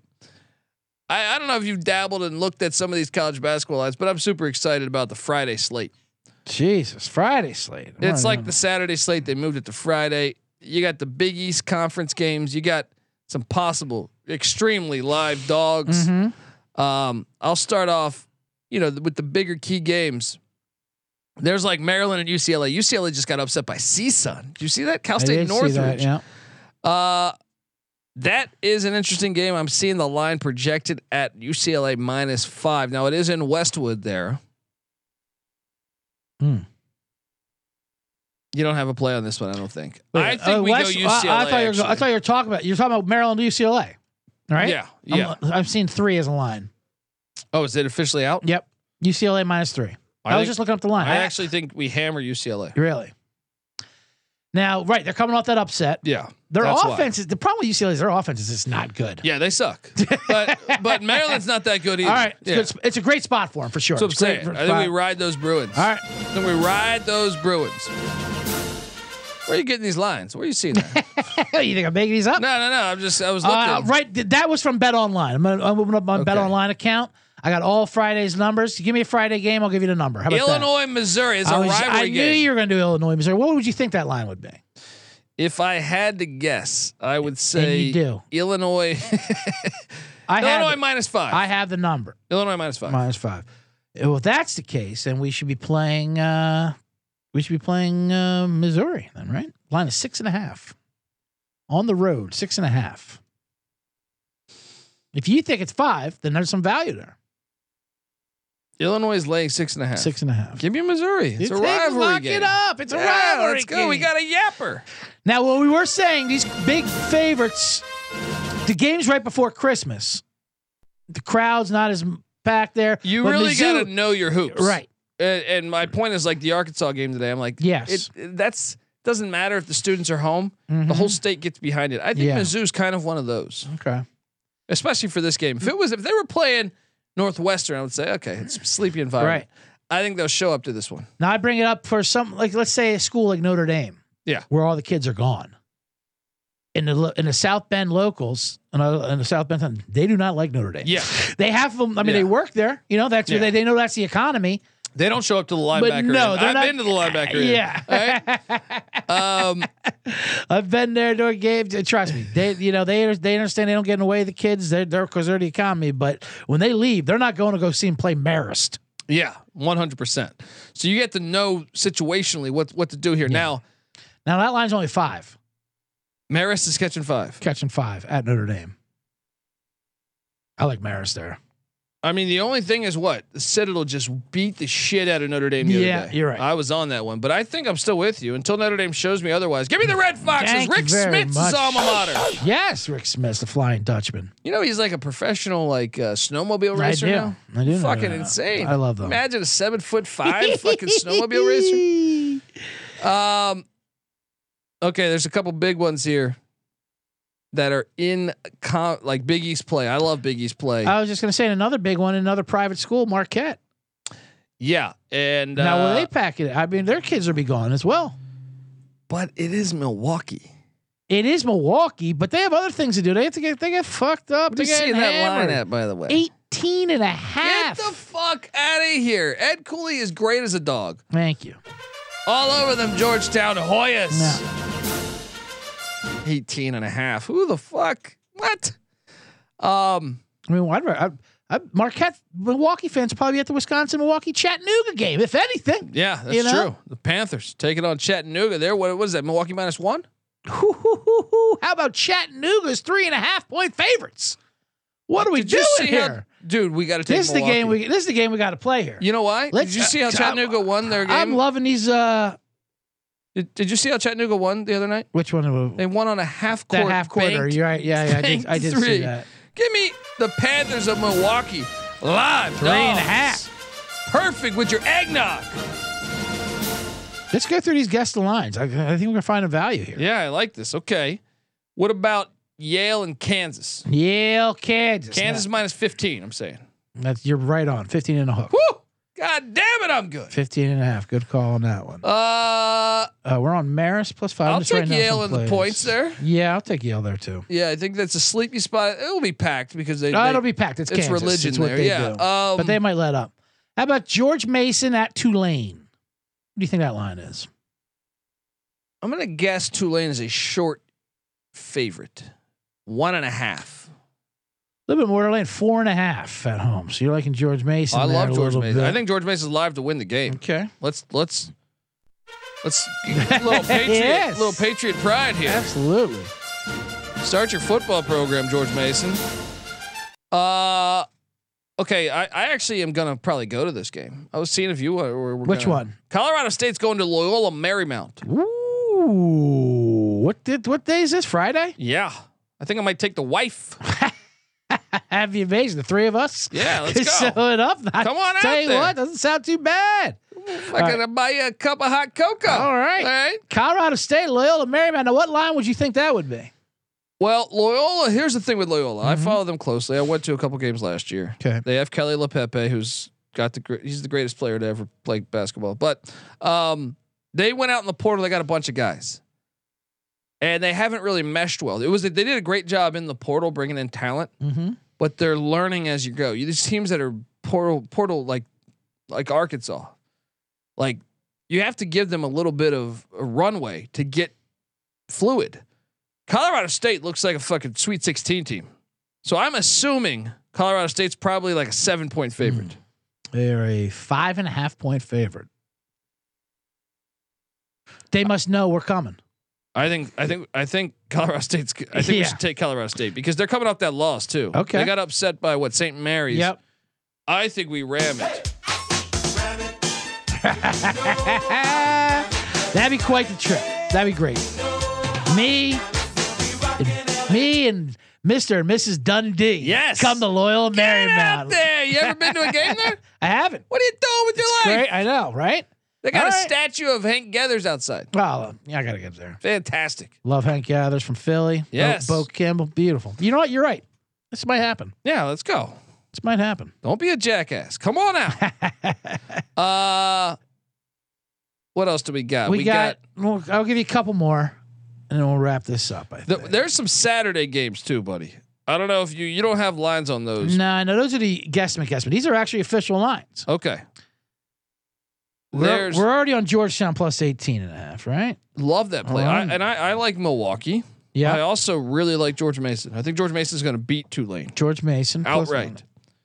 Speaker 1: I, I don't know if you've dabbled and looked at some of these college basketball lines, but I'm super excited about the Friday slate.
Speaker 3: <laughs> Jesus, Friday slate. I'm
Speaker 1: It's
Speaker 3: not
Speaker 1: like
Speaker 3: even-
Speaker 1: the Saturday slate. They moved it to Friday. You got the Big East conference games. You got some possible, extremely live dogs.
Speaker 3: Mhm.
Speaker 1: Um, I'll start off, you know, with the bigger key games. There's like Maryland and UCLA. UCLA just got upset by CSUN. Did you see that? Cal
Speaker 3: I
Speaker 1: State
Speaker 3: did see
Speaker 1: Northridge.
Speaker 3: that, yeah.
Speaker 1: Uh, that is an interesting game. I'm seeing the line projected at UCLA minus five. Now it is in Westwood. There,
Speaker 3: Hmm.
Speaker 1: you don't have a play on this one. I don't think. I
Speaker 3: Wait,
Speaker 1: think
Speaker 3: uh,
Speaker 1: we
Speaker 3: West-
Speaker 1: go
Speaker 3: I-
Speaker 1: UCLA.
Speaker 3: I, thought you were, go- I
Speaker 1: actually.
Speaker 3: thought you were talking about you're talking about Maryland to UCLA, right?
Speaker 1: Yeah,
Speaker 3: I'm-
Speaker 1: yeah.
Speaker 3: I've seen three as a line.
Speaker 1: oh, is it officially out?
Speaker 3: Yep. UCLA minus three. I, was
Speaker 1: think-
Speaker 3: just looking up the line.
Speaker 1: I actually think we hammer UCLA.
Speaker 3: really. Now, right, they're coming off that upset.
Speaker 1: Yeah,
Speaker 3: Their
Speaker 1: that's why.
Speaker 3: offense is the problem with UCLA is their offense is just not good.
Speaker 1: Yeah, they
Speaker 3: <laughs>
Speaker 1: suck. but but Maryland's not that good either.
Speaker 3: All right,
Speaker 1: <laughs>
Speaker 3: it's,
Speaker 1: yeah.
Speaker 3: good sp- it's a great spot for them for sure.
Speaker 1: That's what I'm
Speaker 3: It's great
Speaker 1: saying.
Speaker 3: for-
Speaker 1: I think we ride those Bruins.
Speaker 3: All right.
Speaker 1: I think we ride those Bruins. Where are you getting these lines? Where are you seeing
Speaker 3: <laughs>
Speaker 1: that?
Speaker 3: you think I'm making these up?
Speaker 1: no, no, no. I'm just I was looking.
Speaker 3: Uh, right, th- that was from Bet Online. I'm gonna I'm opening up my Bet
Speaker 1: Okay.
Speaker 3: Online account. I got all Friday's numbers. Give me a Friday game, I'll give you the number. How about
Speaker 1: Illinois, Missouri is
Speaker 3: that?
Speaker 1: a
Speaker 3: I was-
Speaker 1: rivalry
Speaker 3: I knew
Speaker 1: game.
Speaker 3: you were going to do Illinois, Missouri. What would you think that line would be?
Speaker 1: if I had to guess, I would say
Speaker 3: you do.
Speaker 1: Illinois. <laughs>
Speaker 3: I
Speaker 1: Illinois
Speaker 3: have,
Speaker 1: minus five.
Speaker 3: I have the number.
Speaker 1: Illinois minus five.
Speaker 3: minus five. Uh, Well, if that's the case, then we should be playing. Uh, we should be playing uh, Missouri then, right? Line is six and a half on the road, six and a half. If you think it's five, then there's some value there.
Speaker 1: Illinois is laying six and a half.
Speaker 3: Six and a half.
Speaker 1: Give me Missouri. It's
Speaker 3: You
Speaker 1: a
Speaker 3: think-
Speaker 1: rivalry
Speaker 3: lock
Speaker 1: game.
Speaker 3: it up. It's a
Speaker 1: Yeah,
Speaker 3: rivalry
Speaker 1: let's go. We
Speaker 3: game.
Speaker 1: got a yapper.
Speaker 3: Now, what we were saying, these big favorites, the games right before Christmas, the crowd's not as packed there.
Speaker 1: You
Speaker 3: but
Speaker 1: really
Speaker 3: Mizzou-
Speaker 1: got to know your hoops,
Speaker 3: right.
Speaker 1: And, and my point is like the Arkansas game today. I'm like,
Speaker 3: Yes. Mm-hmm.
Speaker 1: it, that's doesn't matter if the students are home. The whole state gets behind it. I think
Speaker 3: Yeah.
Speaker 1: Mizzou's kind of one of those,
Speaker 3: Okay.
Speaker 1: especially for this game. If it was if they were playing Northwestern, I would say okay, it's a sleepy environment. I think they'll show up to this one.
Speaker 3: Now I bring it up for some, like let's say a school like Notre Dame,
Speaker 1: Yeah.
Speaker 3: where all the kids are gone. In the lo- in the South Bend locals, and in the South Bend, they do not like Notre Dame.
Speaker 1: Yeah,
Speaker 3: they have them. I mean,
Speaker 1: Yeah.
Speaker 3: they work there. You know, that's
Speaker 1: Yeah.
Speaker 3: where they, they know that's the economy.
Speaker 1: they don't show up to the linebacker.
Speaker 3: But no,
Speaker 1: end.
Speaker 3: they're
Speaker 1: I've
Speaker 3: not-
Speaker 1: been to the linebacker. end. All
Speaker 3: Yeah,
Speaker 1: right?
Speaker 3: <laughs>
Speaker 1: Um,
Speaker 3: I've been there during games. and Trust me, they you know they they understand they don't get in the way of the kids. They're they're because they're the economy. But when they leave, they're not going to go see them play Marist.
Speaker 1: yeah, one hundred percent. So you get to know situationally what what to do here. Now,
Speaker 3: Now that line's only five,
Speaker 1: Marist is catching five.
Speaker 3: catching five at Notre Dame. I like Marist there.
Speaker 1: I mean, the only thing is what the Citadel just beat the shit out of Notre Dame. The
Speaker 3: Yeah,
Speaker 1: other day.
Speaker 3: you're right.
Speaker 1: I was on that one, but I think I'm still with you until Notre Dame shows me otherwise. Give me the Red Foxes.
Speaker 3: Thank you
Speaker 1: Rick
Speaker 3: very
Speaker 1: Smith's
Speaker 3: much.
Speaker 1: alma mater.
Speaker 3: Yes, Rick Smith, the Flying Dutchman.
Speaker 1: You know he's like a professional like uh, snowmobile
Speaker 3: I
Speaker 1: racer
Speaker 3: do.
Speaker 1: now.
Speaker 3: I do know
Speaker 1: Fucking
Speaker 3: that.
Speaker 1: insane.
Speaker 3: I love them.
Speaker 1: Imagine a seven foot five fucking snowmobile
Speaker 3: <laughs>
Speaker 1: racer. Um. Okay, there's a couple big ones here that are in com- like Big East play. I love Big East play.
Speaker 3: I was just going to say another big one, another private school, Marquette.
Speaker 1: yeah, and
Speaker 3: now,
Speaker 1: uh,
Speaker 3: will they pack it? I mean, their kids will be gone as well.
Speaker 1: but it is Milwaukee.
Speaker 3: It is Milwaukee, but they have other things to do. They have to get they get fucked up.
Speaker 1: What
Speaker 3: They
Speaker 1: are you
Speaker 3: get
Speaker 1: seeing that line
Speaker 3: hammered.
Speaker 1: at, by the way?
Speaker 3: 18 and a
Speaker 1: Get
Speaker 3: half.
Speaker 1: the fuck out of here. Ed Cooley is great as a dog.
Speaker 3: Thank you.
Speaker 1: All over them Georgetown Hoyas.
Speaker 3: No.
Speaker 1: 18 and a half. Who the fuck? What? Um,
Speaker 3: I mean, I'd, ra- I, I, Marquette Milwaukee fans probably at the Wisconsin Milwaukee Chattanooga game, if anything.
Speaker 1: yeah, that's
Speaker 3: You know?
Speaker 1: true. The Panthers taking on Chattanooga. There, what was that? Milwaukee minus one?
Speaker 3: How about Chattanooga's three and a half point favorites? What are we
Speaker 1: Did
Speaker 3: doing
Speaker 1: you see how-
Speaker 3: here?
Speaker 1: dude, we got to take
Speaker 3: this is the game.
Speaker 1: Milwaukee.
Speaker 3: We this is the game we got to play here.
Speaker 1: You know why?
Speaker 3: Let's-
Speaker 1: did you see how
Speaker 3: I'm-
Speaker 1: Chattanooga won their game?
Speaker 3: I'm loving these. Uh,
Speaker 1: did, did you see how Chattanooga won the other night?
Speaker 3: which one? Of
Speaker 1: They won on a half
Speaker 3: that
Speaker 1: court.
Speaker 3: half quarter.
Speaker 1: banked
Speaker 3: You're right. Yeah, yeah. I did. I did
Speaker 1: Three.
Speaker 3: see that.
Speaker 1: Give me the Panthers of Milwaukee live.
Speaker 3: Three and a
Speaker 1: dogs. Perfect with your eggnog.
Speaker 3: Let's go through these guest lines. I, I think we're gonna find a value here.
Speaker 1: Yeah, I like this. Okay. What about Yale and Kansas?
Speaker 3: Yale, Kansas.
Speaker 1: Kansas minus 15, I'm saying.
Speaker 3: That's you're right on. 15 and a hook.
Speaker 1: Woo! God damn it, I'm good.
Speaker 3: 15 and a half. Good call on that one.
Speaker 1: Uh,
Speaker 3: Uh, we're on Maris plus five. I'm
Speaker 1: I'll
Speaker 3: just
Speaker 1: take
Speaker 3: writing down
Speaker 1: Yale
Speaker 3: some
Speaker 1: in the
Speaker 3: plays.
Speaker 1: points there.
Speaker 3: Yeah, I'll take Yale there too.
Speaker 1: Yeah, I think that's a sleepy spot. It'll be packed because they.
Speaker 3: No,
Speaker 1: they-
Speaker 3: it'll be packed. It's,
Speaker 1: it's
Speaker 3: Kansas.
Speaker 1: religion
Speaker 3: It's what
Speaker 1: there,
Speaker 3: They
Speaker 1: yeah.
Speaker 3: do.
Speaker 1: Um,
Speaker 3: but they might let up. How about George Mason at Tulane? What do you think that line is?
Speaker 1: I'm gonna guess Tulane is a short favorite, one and a half.
Speaker 3: A little bit more Tulane, four and a half at home. So you're liking George Mason.
Speaker 1: Oh, I
Speaker 3: there
Speaker 1: love
Speaker 3: a
Speaker 1: George
Speaker 3: little
Speaker 1: Mason.
Speaker 3: bit.
Speaker 1: I think George Mason's live to win the game.
Speaker 3: Okay.
Speaker 1: Let's let's
Speaker 3: <laughs>
Speaker 1: let's little patriot
Speaker 3: Yes.
Speaker 1: little patriot pride here.
Speaker 3: Absolutely.
Speaker 1: Start your football program, George Mason. Uh, okay. I, I actually am gonna probably go to this game. I was seeing if you were. were
Speaker 3: Which
Speaker 1: gonna-
Speaker 3: one?
Speaker 1: Colorado State's going to Loyola Marymount.
Speaker 3: Ooh. What did what day is this? Friday?
Speaker 1: Yeah, I think I might take the
Speaker 3: <laughs>
Speaker 1: wife.
Speaker 3: Have you amazed the three of us?
Speaker 1: Yeah,
Speaker 3: <laughs>
Speaker 1: let's go.
Speaker 3: Sew it up. I
Speaker 1: Come on
Speaker 3: tell
Speaker 1: out
Speaker 3: you
Speaker 1: there.
Speaker 3: what, doesn't sound too bad.
Speaker 1: I gotta buy you a cup of hot cocoa.
Speaker 3: All right.
Speaker 1: All right.
Speaker 3: Colorado State, Loyola, Marymount. Now, what line would you think that would be?
Speaker 1: Well, Loyola. Here's the thing with Loyola. I follow them closely. I went to a couple games last year.
Speaker 3: Mm-hmm. Okay.
Speaker 1: They have Kelly LaPepe, who's got the gre- he's the greatest player to ever play basketball. But um, they went out in the portal. They got a bunch of guys, and they haven't really meshed well. It was they did a great job in the portal bringing in talent,
Speaker 3: Mm-hmm.
Speaker 1: but they're learning as you go. You, these teams that are portal portal like like Arkansas, like you have to give them a little bit of a runway to get fluid. Colorado State looks like a fucking Sweet 16 team, so I'm assuming Colorado State's probably like a seven
Speaker 3: Hmm.
Speaker 1: point favorite.
Speaker 3: They're a five and a half point favorite. They must know we're coming.
Speaker 1: I think I think I think Colorado State's. I think we
Speaker 3: Yeah.
Speaker 1: should take Colorado State because they're coming off that loss too.
Speaker 3: Okay.
Speaker 1: they got upset by what St. Mary's.
Speaker 3: Yep.
Speaker 1: I think we ram it.
Speaker 3: That'd be quite the trip. That'd be great. Me, and, me and Mr. and Mrs. Dundee.
Speaker 1: Yes.
Speaker 3: Come to Loyal
Speaker 1: Get out
Speaker 3: <laughs> Marymount.
Speaker 1: there! You ever been to a game
Speaker 3: <laughs>
Speaker 1: there?
Speaker 3: I haven't.
Speaker 1: What are you doing with your life?
Speaker 3: Great. I know, right?
Speaker 1: They got
Speaker 3: All
Speaker 1: a
Speaker 3: right.
Speaker 1: statue of Hank Gathers outside.
Speaker 3: Well, um, yeah, I got to get there.
Speaker 1: Fantastic.
Speaker 3: Love Hank Gathers from Philly. Bo-
Speaker 1: Yes.
Speaker 3: Bo, Campbell. Beautiful. You know what? You're right. This might happen.
Speaker 1: Yeah, let's go.
Speaker 3: This might happen.
Speaker 1: Don't be a jackass. Come on
Speaker 3: <laughs>
Speaker 1: out. uh, what else do Uh, we got?
Speaker 3: we, got, well, I'll give you a couple more and then we'll wrap this up. I
Speaker 1: the,
Speaker 3: think.
Speaker 1: there's some Saturday games too, buddy. I don't know if you you don't have lines on those.
Speaker 3: no, no, those are the guesstimate guesstimate. These are actually official lines.
Speaker 1: Okay.
Speaker 3: We're,
Speaker 1: There's
Speaker 3: we're already on Georgetown plus 18 and a half, right?
Speaker 1: love that play, I,
Speaker 3: Alright.
Speaker 1: and I, I like Milwaukee. I
Speaker 3: Yeah.
Speaker 1: also really like George Mason. I think George Mason's going to beat Tulane
Speaker 3: George Mason. plus one.
Speaker 1: outright.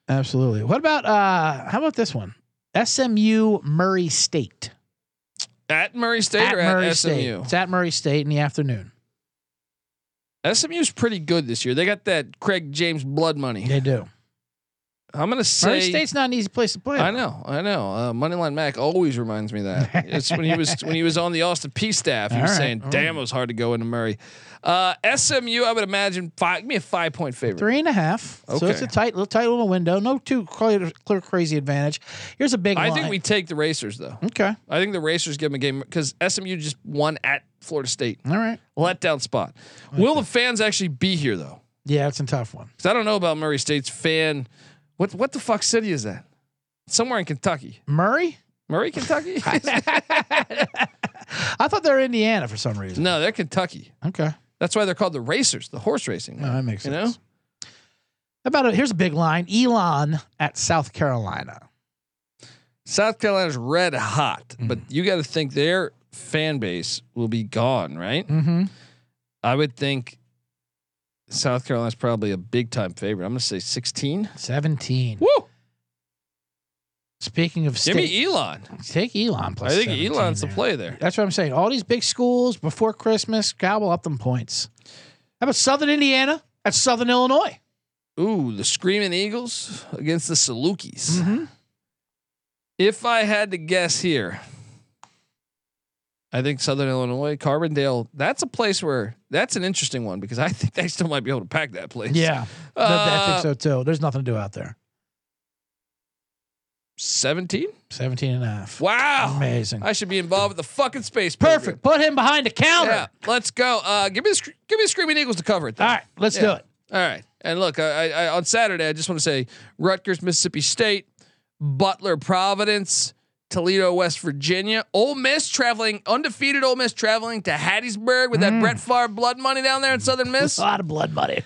Speaker 3: Absolutely. What about uh how about this one? SMU Murray State.
Speaker 1: At Murray State or at
Speaker 3: Murray
Speaker 1: SMU?
Speaker 3: State. It's at Murray State in the afternoon.
Speaker 1: SMU's pretty good this year. They got that Craig James blood money.
Speaker 3: They do.
Speaker 1: I'm gonna
Speaker 3: Murray
Speaker 1: say.
Speaker 3: State's not an easy place to play.
Speaker 1: I know, I know. Uh, Moneyline Mac always reminds me that it's when he was
Speaker 3: <laughs>
Speaker 1: when he was on the Austin P staff. He
Speaker 3: All
Speaker 1: was
Speaker 3: right,
Speaker 1: saying,
Speaker 3: all
Speaker 1: "Damn, it was hard to go into Murray." Uh, SMU, I would imagine five. Give me a five point favorite.
Speaker 3: Three and a half. So it's
Speaker 1: Okay.
Speaker 3: a tight little tight little window. No too clear, clear crazy advantage. Here's a big
Speaker 1: I
Speaker 3: line.
Speaker 1: think we take the Racers though.
Speaker 3: Okay.
Speaker 1: I think the Racers give them a game because SMU just won at Florida State.
Speaker 3: All right.
Speaker 1: Letdown spot. Will the fans actually be here though?
Speaker 3: Yeah, it's a tough one.
Speaker 1: Because I don't know about Murray State's fan. What what the fuck city is that? Somewhere in Kentucky, <laughs>
Speaker 3: Murray?
Speaker 1: Murray,
Speaker 3: <laughs>
Speaker 1: Kentucky.
Speaker 3: I thought they were Indiana for some reason.
Speaker 1: no, they're Kentucky.
Speaker 3: Okay.
Speaker 1: That's why they're called the racers, the horse racing.
Speaker 3: No, that makes
Speaker 1: you
Speaker 3: sense. How about a, here's a big line Elon at South Carolina.
Speaker 1: South Carolina's red hot, but
Speaker 3: Mm-hmm.
Speaker 1: you got to think their fan base will be gone, right?
Speaker 3: Mm-hmm.
Speaker 1: I would think South Carolina's probably a big time favorite. I'm going to say 16.
Speaker 3: 17.
Speaker 1: Woo!
Speaker 3: Speaking of
Speaker 1: Give
Speaker 3: state,
Speaker 1: me Elon.
Speaker 3: take Elon plus
Speaker 1: I think
Speaker 3: 17
Speaker 1: Elon's the
Speaker 3: there.
Speaker 1: play there.
Speaker 3: That's what I'm saying. All these big schools before Christmas, gobble up them points. How about Southern Indiana at Southern Illinois?
Speaker 1: Ooh, the Screaming Eagles against the Salukis.
Speaker 3: Mm-hmm.
Speaker 1: If I had to guess here, I think Southern Illinois, Carbondale, that's a place where that's an interesting one because I think they still might be able to pack that place.
Speaker 3: Yeah,
Speaker 1: Uh,
Speaker 3: I think so too. There's nothing to do out there.
Speaker 1: 17?
Speaker 3: 17 and a half.
Speaker 1: Wow.
Speaker 3: Amazing.
Speaker 1: I should be involved with the fucking space. program.
Speaker 3: Perfect. Put him behind the counter.
Speaker 1: Yeah, let's go. Uh, give me the, Sc- give me the Screaming Eagles to cover it.
Speaker 3: All
Speaker 1: then.
Speaker 3: right, let's
Speaker 1: Yeah.
Speaker 3: do it.
Speaker 1: All right. And look, I, I, I on Saturday, I just want to say Rutgers, Mississippi State, Butler, Providence, Toledo, West Virginia, Ole Miss traveling undefeated. Ole Miss traveling to Hattiesburg with that
Speaker 3: Mm.
Speaker 1: Brett Favre blood money down there in Southern
Speaker 3: <laughs>
Speaker 1: Miss.
Speaker 3: A lot of blood
Speaker 1: <laughs>
Speaker 3: money.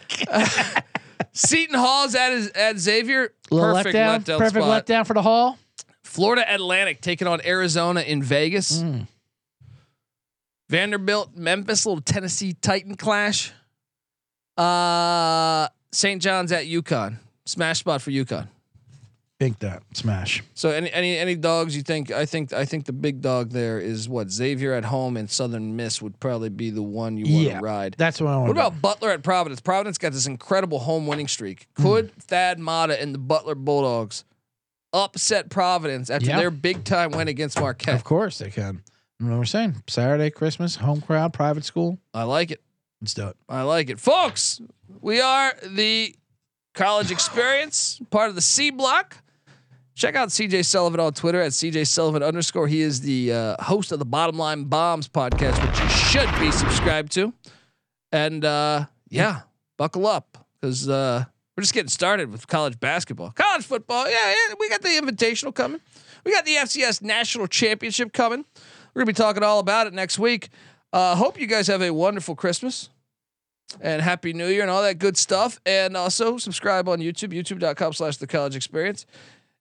Speaker 1: Seton Hall's at his, at Xavier.
Speaker 3: Little
Speaker 1: perfect
Speaker 3: letdown.
Speaker 1: letdown
Speaker 3: perfect
Speaker 1: spot.
Speaker 3: letdown for the hall.
Speaker 1: Florida Atlantic taking on Arizona in Vegas. Vanderbilt, Memphis, little Tennessee Titan clash. Uh St. John's at Yukon. Smash spot for Yukon.
Speaker 3: Big that smash.
Speaker 1: So any any any dogs you think I think I think the big dog there is what Xavier at home and Southern Miss would probably be the one you want to
Speaker 3: Yeah.
Speaker 1: ride.
Speaker 3: That's what I want.
Speaker 1: What about Butler at Providence? Providence got this incredible home winning streak.
Speaker 3: Hmm.
Speaker 1: Could Thad Mata and the Butler Bulldogs upset Providence after
Speaker 3: Yeah.
Speaker 1: their big time win against Marquette?
Speaker 3: Of course they can. You know what we're saying? Saturday, Christmas, home crowd, private school.
Speaker 1: I like it.
Speaker 3: Let's do it.
Speaker 1: I like it. Folks, we are the college experience, part of the C block. Check out CJ Sullivan on Twitter at CJ Sullivan underscore. He is the uh, host of the Bottom Line Bombs podcast, which you should be subscribed to. And uh, yeah, buckle up because uh, we're just getting started with college basketball, college football. Yeah, yeah, we got the Invitational coming. We got the FCS National Championship coming. We're gonna be talking all about it next week. Uh, hope you guys have a wonderful Christmas and happy new year and all that good stuff and also subscribe on youtube youtube.com slash the college experience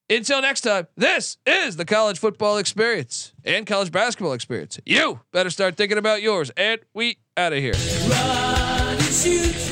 Speaker 1: until next time this is the college football experience and college basketball experience you better start thinking about yours and we out of here
Speaker 8: Run and shoot.